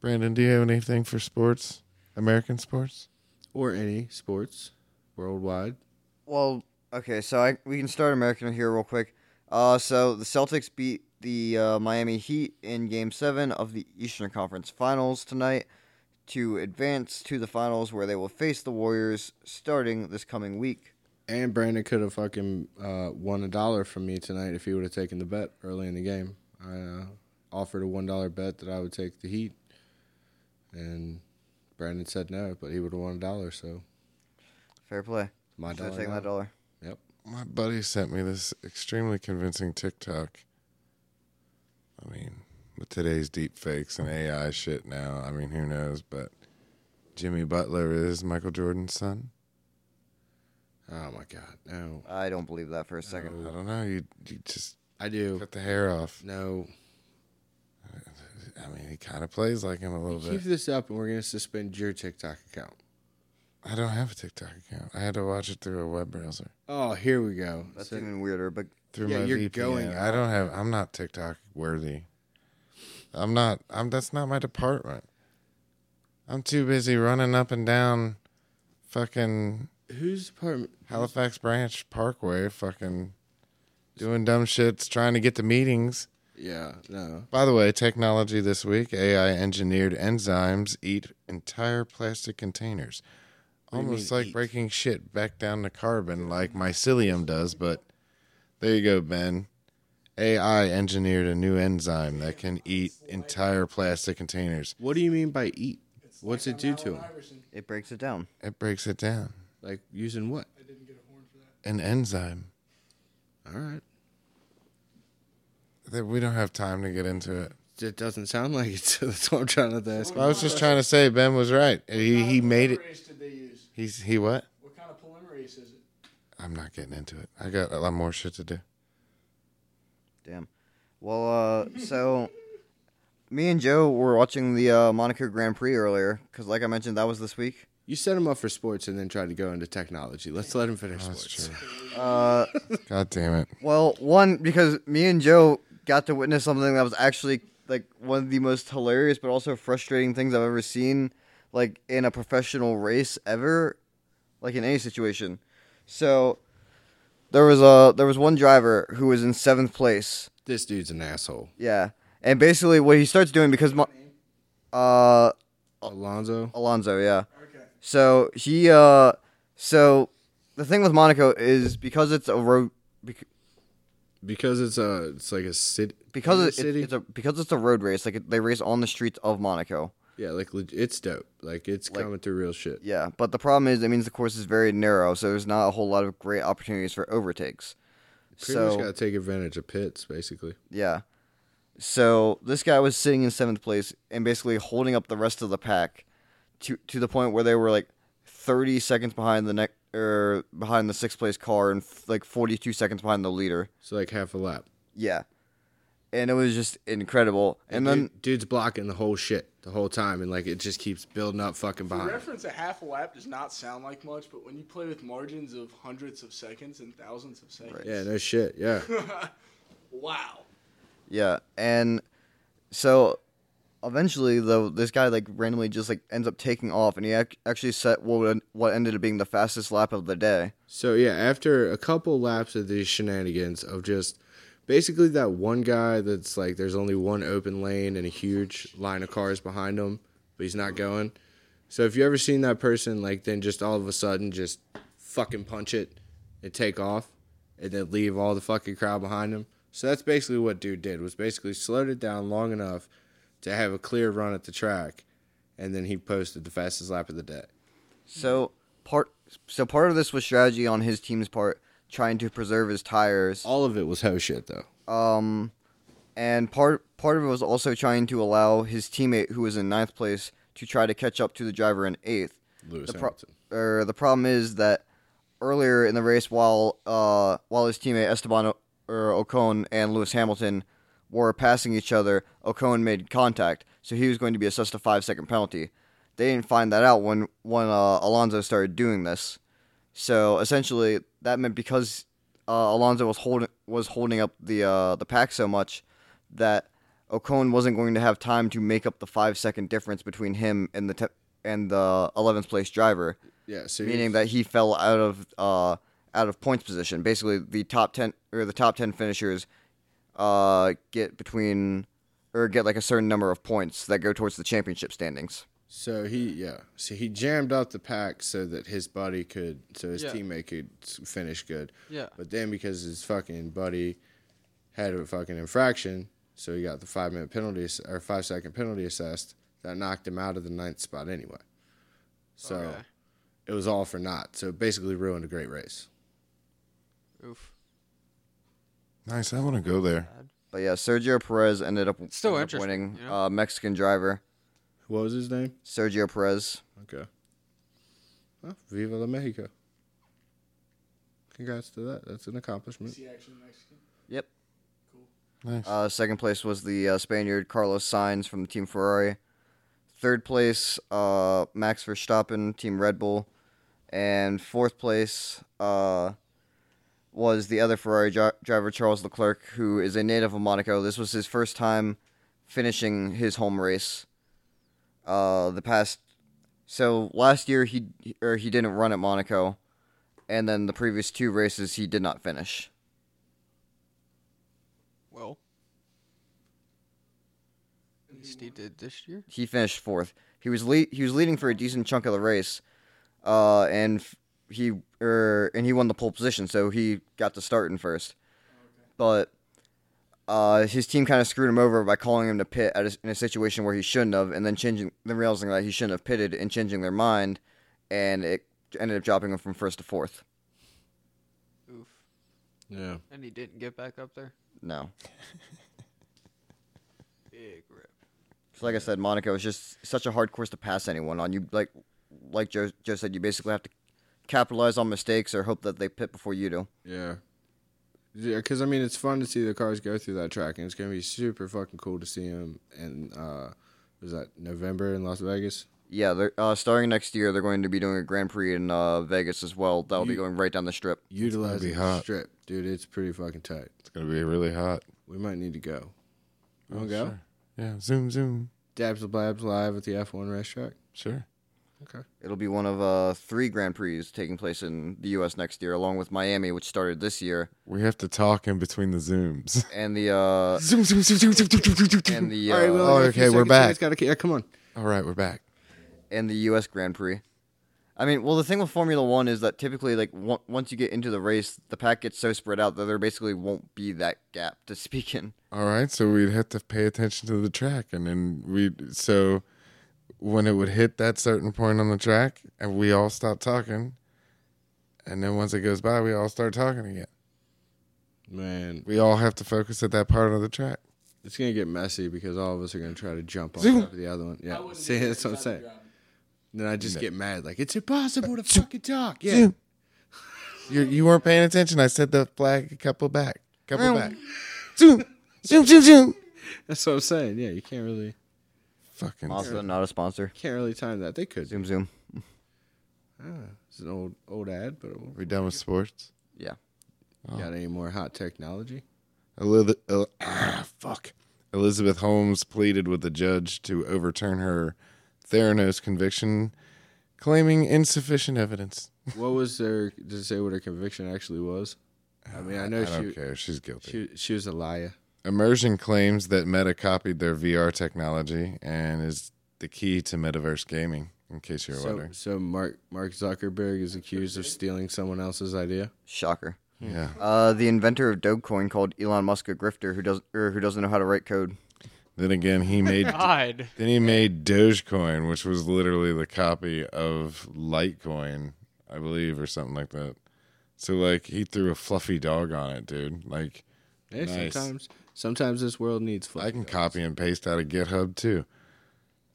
[SPEAKER 1] Brandon, do you have anything for sports? American sports?
[SPEAKER 4] Or any sports worldwide.
[SPEAKER 5] Well, okay, so I, we can start American here real quick. Uh, so the Celtics beat the uh, Miami Heat in Game Seven of the Eastern Conference Finals tonight to advance to the finals, where they will face the Warriors starting this coming week.
[SPEAKER 4] And Brandon could have fucking uh, won a dollar from me tonight if he would have taken the bet early in the game. I uh, offered a one dollar bet that I would take the Heat, and Brandon said no, but he would have won a dollar. So
[SPEAKER 5] Fair play.
[SPEAKER 4] my
[SPEAKER 5] Should have
[SPEAKER 4] dollar.
[SPEAKER 5] taken
[SPEAKER 4] got
[SPEAKER 5] that dollar.
[SPEAKER 4] Yep.
[SPEAKER 1] my buddy sent me this extremely convincing TikTok. I mean, with today's deep fakes and AI shit now, I mean, who knows? But Jimmy Butler is Michael Jordan's son.
[SPEAKER 4] Oh my god, no.
[SPEAKER 5] I don't believe that for a
[SPEAKER 1] I
[SPEAKER 5] second.
[SPEAKER 1] don't know. You, you just
[SPEAKER 4] I do.
[SPEAKER 1] cut the hair off.
[SPEAKER 4] No.
[SPEAKER 1] I mean, he kind of plays like him a little
[SPEAKER 4] Keep
[SPEAKER 1] bit.
[SPEAKER 4] this up and we're gonna suspend your TikTok account.
[SPEAKER 1] I don't have a TikTok account. I had to watch it through a web browser.
[SPEAKER 4] Oh, here we go.
[SPEAKER 5] That's
[SPEAKER 4] So-
[SPEAKER 5] even weirder. But
[SPEAKER 1] Through
[SPEAKER 4] Yeah,
[SPEAKER 1] my
[SPEAKER 4] you're
[SPEAKER 1] VPN.
[SPEAKER 4] going
[SPEAKER 1] I don't have. I'm not TikTok worthy. I'm not. I'm. That's not my department. I'm too busy running up and down, fucking
[SPEAKER 4] whose apartment
[SPEAKER 1] Halifax Branch Parkway, fucking doing dumb shits, trying to get to meetings.
[SPEAKER 4] Yeah, no.
[SPEAKER 1] By the way, technology this week: AI engineered enzymes eat entire plastic containers,
[SPEAKER 4] do you
[SPEAKER 1] almost
[SPEAKER 4] mean
[SPEAKER 1] like
[SPEAKER 4] eat?
[SPEAKER 1] breaking shit back down to carbon, like mycelium does. But there you go, Ben. AI engineered a new enzyme that can eat entire plastic containers.
[SPEAKER 4] What do you mean by eat? What's it do to him?
[SPEAKER 5] it breaks it down.
[SPEAKER 1] It breaks it down.
[SPEAKER 4] Like using what?
[SPEAKER 1] An enzyme
[SPEAKER 4] All right.
[SPEAKER 1] that we don't have time to get into it.
[SPEAKER 4] It doesn't sound like it, so that's what I'm trying to ask.
[SPEAKER 1] I was just trying to say Ben was right. He he made it.
[SPEAKER 7] What kind of polymerase did they use?
[SPEAKER 1] He's he what?
[SPEAKER 7] What kind of polymerase is it?
[SPEAKER 1] I'm not getting into it. I got a lot more shit to do.
[SPEAKER 5] Damn. Well, uh, so me and Joe were watching the uh, Monaco Grand Prix earlier because, like I mentioned, that was this week.
[SPEAKER 4] You set him up for sports and then tried to go into technology. Let's let him finish sports.
[SPEAKER 5] Uh,
[SPEAKER 1] God damn it.
[SPEAKER 5] Well, one because me and Joe got to witness something that was actually like one of the most hilarious but also frustrating things I've ever seen, like in a professional race ever, like in any situation. So there was a there was one driver who was in seventh place.
[SPEAKER 4] This dude's an asshole.
[SPEAKER 5] Yeah, and basically what he starts doing because my, uh
[SPEAKER 4] Alonzo.
[SPEAKER 5] Alonso, yeah. So he, uh, so the thing with Monaco is because it's a road, bec-
[SPEAKER 4] Because it's a it's like a city
[SPEAKER 5] because
[SPEAKER 4] a
[SPEAKER 5] it,
[SPEAKER 4] city.
[SPEAKER 5] it's a because it's a road race. Like it, they race on the streets of Monaco.
[SPEAKER 4] yeah, like leg- it's dope. Like it's coming through real shit.
[SPEAKER 5] Yeah, but the problem is it means the course is very narrow, so there's not a whole lot of great opportunities for overtakes.
[SPEAKER 4] Pretty
[SPEAKER 5] so
[SPEAKER 4] much gotta take advantage of pits, basically.
[SPEAKER 5] Yeah. So this guy was sitting in seventh place and basically holding up the rest of the pack to to the point where they were like 30 seconds behind the neck or behind the sixth place car and f- like 42 seconds behind the leader.
[SPEAKER 4] So like half a lap.
[SPEAKER 5] Yeah. And it was just incredible. And, then
[SPEAKER 4] Dude- dude's blocking the whole shit the whole time, and like it just keeps building up fucking
[SPEAKER 7] The
[SPEAKER 4] behind. him.
[SPEAKER 7] reference a half a lap does not sound like much, but when you play with margins of hundreds of seconds and thousands of seconds,
[SPEAKER 4] Yeah, no shit. Yeah,
[SPEAKER 7] wow.
[SPEAKER 5] yeah, and so eventually though this guy like randomly just like ends up taking off and he ac- actually set what what ended up being the fastest lap of the day.
[SPEAKER 4] So yeah, after a couple laps of these shenanigans of just basically that one guy that's like there's only one open lane and a huge line of cars behind him, but he's not going. So if you ever seen that person like then just all of a sudden just fucking punch it and take off and then leave all the fucking crowd behind him. So that's basically what dude did was basically slowed it down long enough to have a clear run at the track and then he posted the fastest lap of the day.
[SPEAKER 5] So part so part of this was strategy on his team's part trying to preserve his tires.
[SPEAKER 4] All of it was ho shit though.
[SPEAKER 5] Um, and part part of it was also trying to allow his teammate, who was in ninth place, to try to catch up to the driver in eighth.
[SPEAKER 4] Lewis
[SPEAKER 5] the, pro-
[SPEAKER 4] Hamilton.
[SPEAKER 5] er, the problem is that earlier in the race, while uh, while his teammate Esteban o- er, Ocon and Lewis Hamilton were passing each other, Ocon made contact, so he was going to be assessed a five second penalty. They didn't find that out when when uh, Alonso started doing this. So essentially, that meant because uh, Alonso was holding was holding up the uh, the pack so much that Ocon wasn't going to have time to make up the five second difference between him and the te- and the eleventh place driver,
[SPEAKER 4] Yeah, so
[SPEAKER 5] meaning that he fell out of uh, out of points position. Basically, the top ten or the top ten finishers uh, get between or get like a certain number of points that go towards the championship standings.
[SPEAKER 4] So he, yeah. So he jammed up the pack so that his buddy could, so his
[SPEAKER 6] Yeah.
[SPEAKER 4] teammate could s- finish good.
[SPEAKER 6] Yeah.
[SPEAKER 4] But then because his fucking buddy had a fucking infraction, so he got the five minute penalty ass- or five second penalty assessed that knocked him out of the ninth spot anyway. So
[SPEAKER 6] Okay.
[SPEAKER 4] it was all for naught. So it basically ruined a great race.
[SPEAKER 6] Oof.
[SPEAKER 1] Nice. I want to go there.
[SPEAKER 5] But yeah, Sergio Perez ended up,
[SPEAKER 6] Still
[SPEAKER 5] ended up
[SPEAKER 6] interesting,
[SPEAKER 5] winning.
[SPEAKER 6] you know?
[SPEAKER 5] Uh, Mexican driver
[SPEAKER 4] What was his name?
[SPEAKER 5] Sergio Perez.
[SPEAKER 4] Okay. Well, Viva la Mexico. Congrats to that. That's an accomplishment.
[SPEAKER 7] Is he actually Mexican?
[SPEAKER 5] Yep.
[SPEAKER 1] Nice.
[SPEAKER 5] Uh, second place was the uh, Spaniard Carlos Sainz from Team Ferrari. Third place, uh, Max Verstappen, Team Red Bull. And fourth place uh, was the other Ferrari dri- driver, Charles Leclerc, who is a native of Monaco. This was his first time finishing his home race. Uh, the past, so last year he or he didn't run at Monaco, and then the previous two races he did not finish.
[SPEAKER 6] Well, at least he did this year.
[SPEAKER 5] he finished fourth. He was le- he was leading for a decent chunk of the race, uh, and f- he er, and he won the pole position, so he got to start in first. But uh, his team kind of screwed him over by calling him to pit at a, in a situation where he shouldn't have, and then changing then realizing that he shouldn't have pitted and changing their mind, and it ended up dropping him from first to fourth.
[SPEAKER 6] Oof.
[SPEAKER 4] Yeah.
[SPEAKER 6] And he didn't get back up there.
[SPEAKER 5] No,
[SPEAKER 6] Big rip.
[SPEAKER 5] so like I said, Monaco is just such a hard course to pass anyone on. You like like Joe, Joe said, you basically have to capitalize on mistakes or hope that they pit before you do.
[SPEAKER 4] Yeah. Yeah, because I mean, it's fun to see the cars go through that track, and it's gonna be super fucking cool to see them. And uh, was that November in Las Vegas?
[SPEAKER 5] Yeah, they're uh, starting next year. They're going to be doing a Grand Prix in uh, Vegas as well. That'll be
[SPEAKER 4] You-
[SPEAKER 5] going right down the strip.
[SPEAKER 4] Utilize
[SPEAKER 1] be
[SPEAKER 4] the
[SPEAKER 1] hot.
[SPEAKER 4] strip, dude. It's pretty fucking tight.
[SPEAKER 1] It's gonna be really hot.
[SPEAKER 4] We might need to go. Wanna
[SPEAKER 1] Oh,
[SPEAKER 4] go?
[SPEAKER 1] sure. Yeah. Zoom. Zoom.
[SPEAKER 4] Dabs the Blabs live at the F1 racetrack.
[SPEAKER 1] Sure.
[SPEAKER 5] It'll be one of uh, three Grand Prix taking place in the U.S. next year, along with Miami, which started this year,
[SPEAKER 1] We have to talk in between the zooms.
[SPEAKER 5] and the uh,
[SPEAKER 1] zoom. Zoom. Zoom. Zoom. Zoom. Zoom. Zoom. Zoom. zoom.
[SPEAKER 5] and the
[SPEAKER 4] All right,
[SPEAKER 5] uh,
[SPEAKER 4] well,
[SPEAKER 1] Oh,
[SPEAKER 4] in a few
[SPEAKER 1] okay, we're
[SPEAKER 4] seconds, you
[SPEAKER 1] back.
[SPEAKER 4] guys gotta- yeah, come on.
[SPEAKER 1] All right, we're back.
[SPEAKER 5] and the U.S. Grand Prix. I mean, well, the thing with Formula One is that typically, like, on- once you get into the race, the pack gets so spread out that there basically won't be that gap to speak in.
[SPEAKER 1] All right, so we'd have to pay attention to the track, and then we so when it would hit that certain point on the track, and we all stop talking, and then once it goes by, we all start talking again.
[SPEAKER 4] Man,
[SPEAKER 1] We all have to focus at that part of the track.
[SPEAKER 4] it's gonna get messy because all of us are gonna try to jump on
[SPEAKER 1] Zoom.
[SPEAKER 4] top of the other one. Yeah, see, that's what I'm saying. Then I just get mad, like it's impossible to
[SPEAKER 1] Zoom.
[SPEAKER 4] fucking talk. Yeah,
[SPEAKER 1] Zoom. You you weren't paying attention. I said the flag a couple back, couple back. Zoom, zoom, zoom, zoom.
[SPEAKER 4] that's what I'm saying. Yeah, you can't really
[SPEAKER 1] Fucking
[SPEAKER 5] Mazda, not a sponsor.
[SPEAKER 4] can't really time that. They could.
[SPEAKER 5] Zoom, zoom.
[SPEAKER 4] Ah, it's an old old ad, but it won't-
[SPEAKER 1] we done with sports.
[SPEAKER 5] Yeah.
[SPEAKER 1] Oh.
[SPEAKER 4] got any more hot technology?
[SPEAKER 1] Elizabeth, ah, fuck. Elizabeth Holmes pleaded with the judge to overturn her Theranos conviction, claiming insufficient evidence.
[SPEAKER 4] What was their? Did it say what her conviction actually was? I mean, I know
[SPEAKER 1] Uh, I
[SPEAKER 4] she
[SPEAKER 1] don't care. She's guilty.
[SPEAKER 4] she she was a liar.
[SPEAKER 1] Immersion claims that Meta copied their VR technology and is the key to metaverse gaming. In case you're
[SPEAKER 4] So,
[SPEAKER 1] wondering,
[SPEAKER 4] so Mark Mark Zuckerberg is accused of stealing someone else's idea.
[SPEAKER 5] Shocker.
[SPEAKER 1] yeah.
[SPEAKER 5] Uh, the inventor of Dogecoin called Elon Musk a grifter who doesn't or who doesn't know how to write code.
[SPEAKER 1] Then again, he made
[SPEAKER 6] God.
[SPEAKER 1] then he made Dogecoin, which was literally the copy of Litecoin, I believe, or something like that. So like he threw a fluffy dog on it, dude. Like
[SPEAKER 4] Hey,
[SPEAKER 1] Nice.
[SPEAKER 4] sometimes sometimes this world needs.
[SPEAKER 1] I can
[SPEAKER 4] fluff.
[SPEAKER 1] copy and paste out of GitHub too.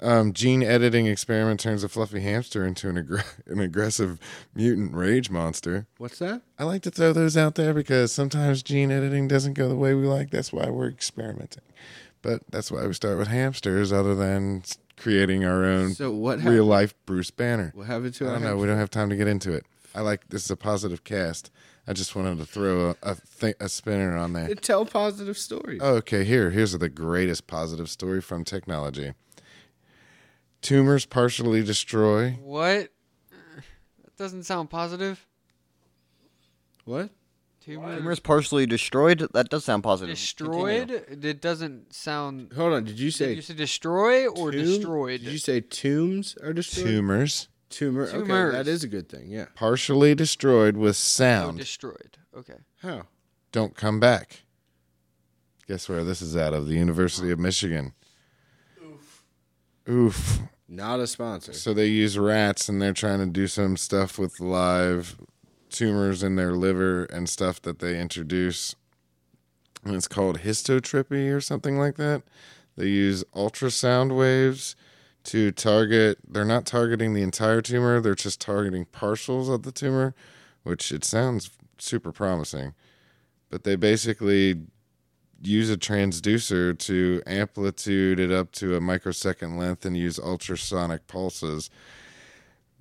[SPEAKER 1] Um, gene editing experiment turns a fluffy hamster into an, aggr- an aggressive mutant rage monster.
[SPEAKER 4] What's that?
[SPEAKER 1] I like to throw those out there because sometimes gene editing doesn't go the way we like. That's why we're experimenting. But that's why we start with hamsters, other than s- creating our own
[SPEAKER 4] So what hap-
[SPEAKER 1] real life Bruce Banner.
[SPEAKER 4] What happened
[SPEAKER 1] I
[SPEAKER 4] to our
[SPEAKER 1] don't know.
[SPEAKER 4] hamster?
[SPEAKER 1] We don't have time to get into it. I like this is a positive cast. I just wanted to throw a a, th- a spinner on there.
[SPEAKER 4] They tell positive stories.
[SPEAKER 1] Okay, here here's the greatest positive story from technology. Tumors partially destroy.
[SPEAKER 6] What? That doesn't sound positive.
[SPEAKER 4] What?
[SPEAKER 6] Tumor
[SPEAKER 5] Humor is partially destroyed. That does sound positive.
[SPEAKER 6] destroyed? It doesn't sound.
[SPEAKER 4] Hold on. Did you say
[SPEAKER 6] Did you say destroy or
[SPEAKER 4] tomb?
[SPEAKER 6] destroyed?
[SPEAKER 4] Did you say tombs are destroyed?
[SPEAKER 1] Tumors
[SPEAKER 4] Tumor.
[SPEAKER 6] Tumors.
[SPEAKER 4] Okay, that is a good thing. Yeah.
[SPEAKER 1] partially destroyed with
[SPEAKER 6] oh,
[SPEAKER 1] sound.
[SPEAKER 6] destroyed. Okay.
[SPEAKER 4] How?
[SPEAKER 1] Don't come back. Guess where this is out of? The University of Michigan. Oof. Oof.
[SPEAKER 4] Not a sponsor.
[SPEAKER 1] So they use rats and they're trying to do some stuff with live tumors in their liver and stuff that they introduce. And it's called histotripy or something like that. They use ultrasound waves to target, they're not targeting the entire tumor, they're just targeting partials of the tumor, which it sounds super promising. But they basically use a transducer to amplitude it up to a microsecond length and use ultrasonic pulses,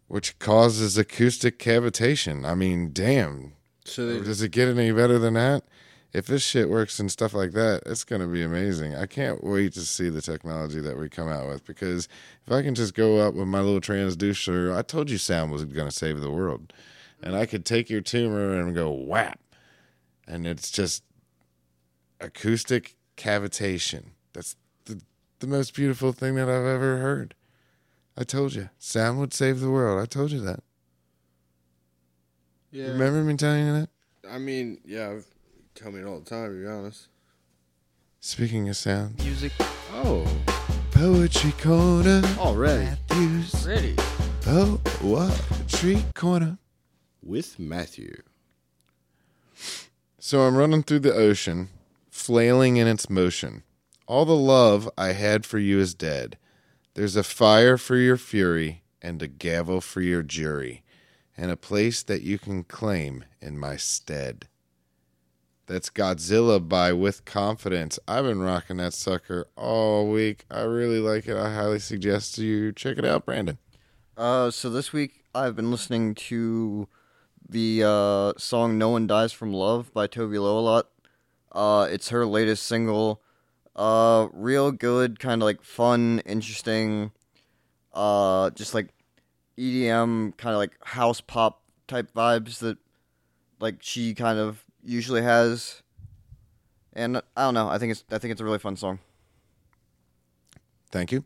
[SPEAKER 1] which causes acoustic cavitation. I mean, damn.
[SPEAKER 4] So they
[SPEAKER 1] Does it get any better than that? If this shit works and stuff like that, it's going to be amazing. I can't wait to see the technology that we come out with because if I can just go up with my little transducer, I told you sound was going to save the world. And I could take your tumor and go whap. And it's just acoustic cavitation. That's the, the most beautiful thing that I've ever heard. I told you, sound would save the world. I told you that.
[SPEAKER 4] yeah.
[SPEAKER 1] Remember me telling you that?
[SPEAKER 4] I mean, yeah, I've, tell me it all the time. To be honest.
[SPEAKER 1] Speaking of sound,
[SPEAKER 6] Music
[SPEAKER 4] Oh,
[SPEAKER 1] Poetry Corner.
[SPEAKER 4] already
[SPEAKER 1] Matthews.
[SPEAKER 6] pretty.
[SPEAKER 1] Poetry Corner.
[SPEAKER 4] with Matthew.
[SPEAKER 1] So I'm running through the ocean, flailing in its motion. All the love I had for you is dead. There's a fire for your fury, and a gavel for your jury, and a place that you can claim in my stead. That's Godzilla by With Confidence. I've been rocking that sucker all week. I really like it. I highly suggest you check it out, Brandon.
[SPEAKER 5] Uh, so this week I've been listening to the uh, song "No One Dies from Love" by Toby Lo a lot. Uh, it's her latest single. Uh, real good, kind of like fun, interesting. Uh, just like E EDM, kind of like house pop type vibes that like she kind of usually has. And I don't know. I think it's I think it's a really fun song.
[SPEAKER 1] Thank you.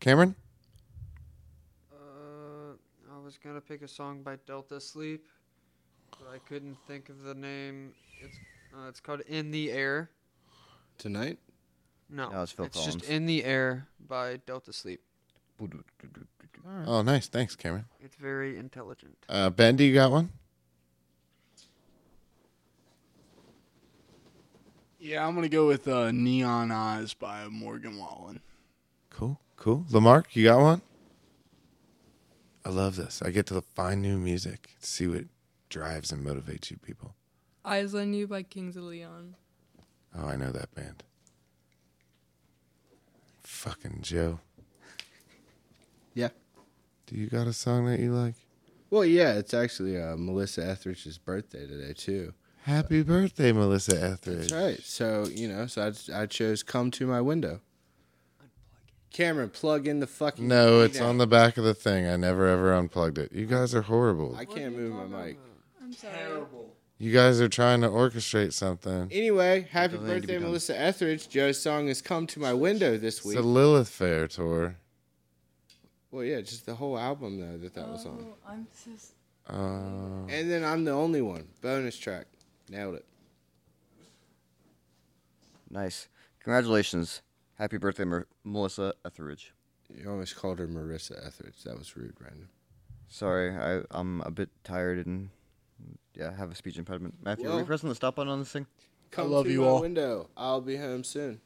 [SPEAKER 1] Cameron?
[SPEAKER 6] Uh, I was gonna pick a song by Delta Sleep, but I couldn't think of the name. It's uh, it's called "In the Air."
[SPEAKER 4] Tonight?
[SPEAKER 6] No,
[SPEAKER 5] No, it's Phil Collins.
[SPEAKER 6] just "In the Air" by Delta Sleep.
[SPEAKER 1] Oh, nice. Thanks, Cameron.
[SPEAKER 6] It's very intelligent.
[SPEAKER 1] Uh, ben, do you got one?
[SPEAKER 7] Yeah, I'm gonna go with uh, "Neon Eyes" by Morgan Wallen.
[SPEAKER 1] Cool, cool. Lamarck, you got one? I love this. I get to find new music, see what drives and motivates you people.
[SPEAKER 8] Eyes on You by Kings of Leon.
[SPEAKER 1] Oh, I know that band. Fucking Joe.
[SPEAKER 4] Yeah.
[SPEAKER 1] Do you got a song that you like?
[SPEAKER 4] Well, yeah, it's actually uh, Melissa Etheridge's birthday today too.
[SPEAKER 1] Happy birthday, Melissa Etheridge.
[SPEAKER 4] That's right. So you know, so I, I chose "Come to My Window." Cameron, plug in the fucking.
[SPEAKER 1] No,
[SPEAKER 4] lead
[SPEAKER 1] it's on
[SPEAKER 4] out.
[SPEAKER 1] the back of the thing. I never ever unplugged it. You guys are horrible.
[SPEAKER 4] I can't move my mic.
[SPEAKER 8] I'm sorry.
[SPEAKER 1] You guys are trying to orchestrate something.
[SPEAKER 4] Anyway, happy
[SPEAKER 5] doesn't need to be
[SPEAKER 4] birthday,
[SPEAKER 5] done.
[SPEAKER 4] Melissa Etheridge. Joe's song is "Come to My Window" this
[SPEAKER 1] It's
[SPEAKER 4] week.
[SPEAKER 1] a Lilith Fair tour.
[SPEAKER 4] well, yeah, just the whole album though that that was on.
[SPEAKER 8] Oh, I'm just.
[SPEAKER 1] Uh,
[SPEAKER 4] And then I'm the only one. Bonus track, nailed it.
[SPEAKER 5] Nice. Congratulations. Happy birthday, Mer- Melissa Etheridge.
[SPEAKER 4] You almost called her Marissa Etheridge. That was rude, Brandon.
[SPEAKER 5] Sorry, I, I'm a bit tired and yeah, I have a speech impediment. Matthew, are we
[SPEAKER 4] Well-
[SPEAKER 5] pressing the stop button on this thing?
[SPEAKER 4] Come
[SPEAKER 7] love
[SPEAKER 4] to
[SPEAKER 7] you
[SPEAKER 4] my
[SPEAKER 7] all.
[SPEAKER 4] window. I'll be home soon.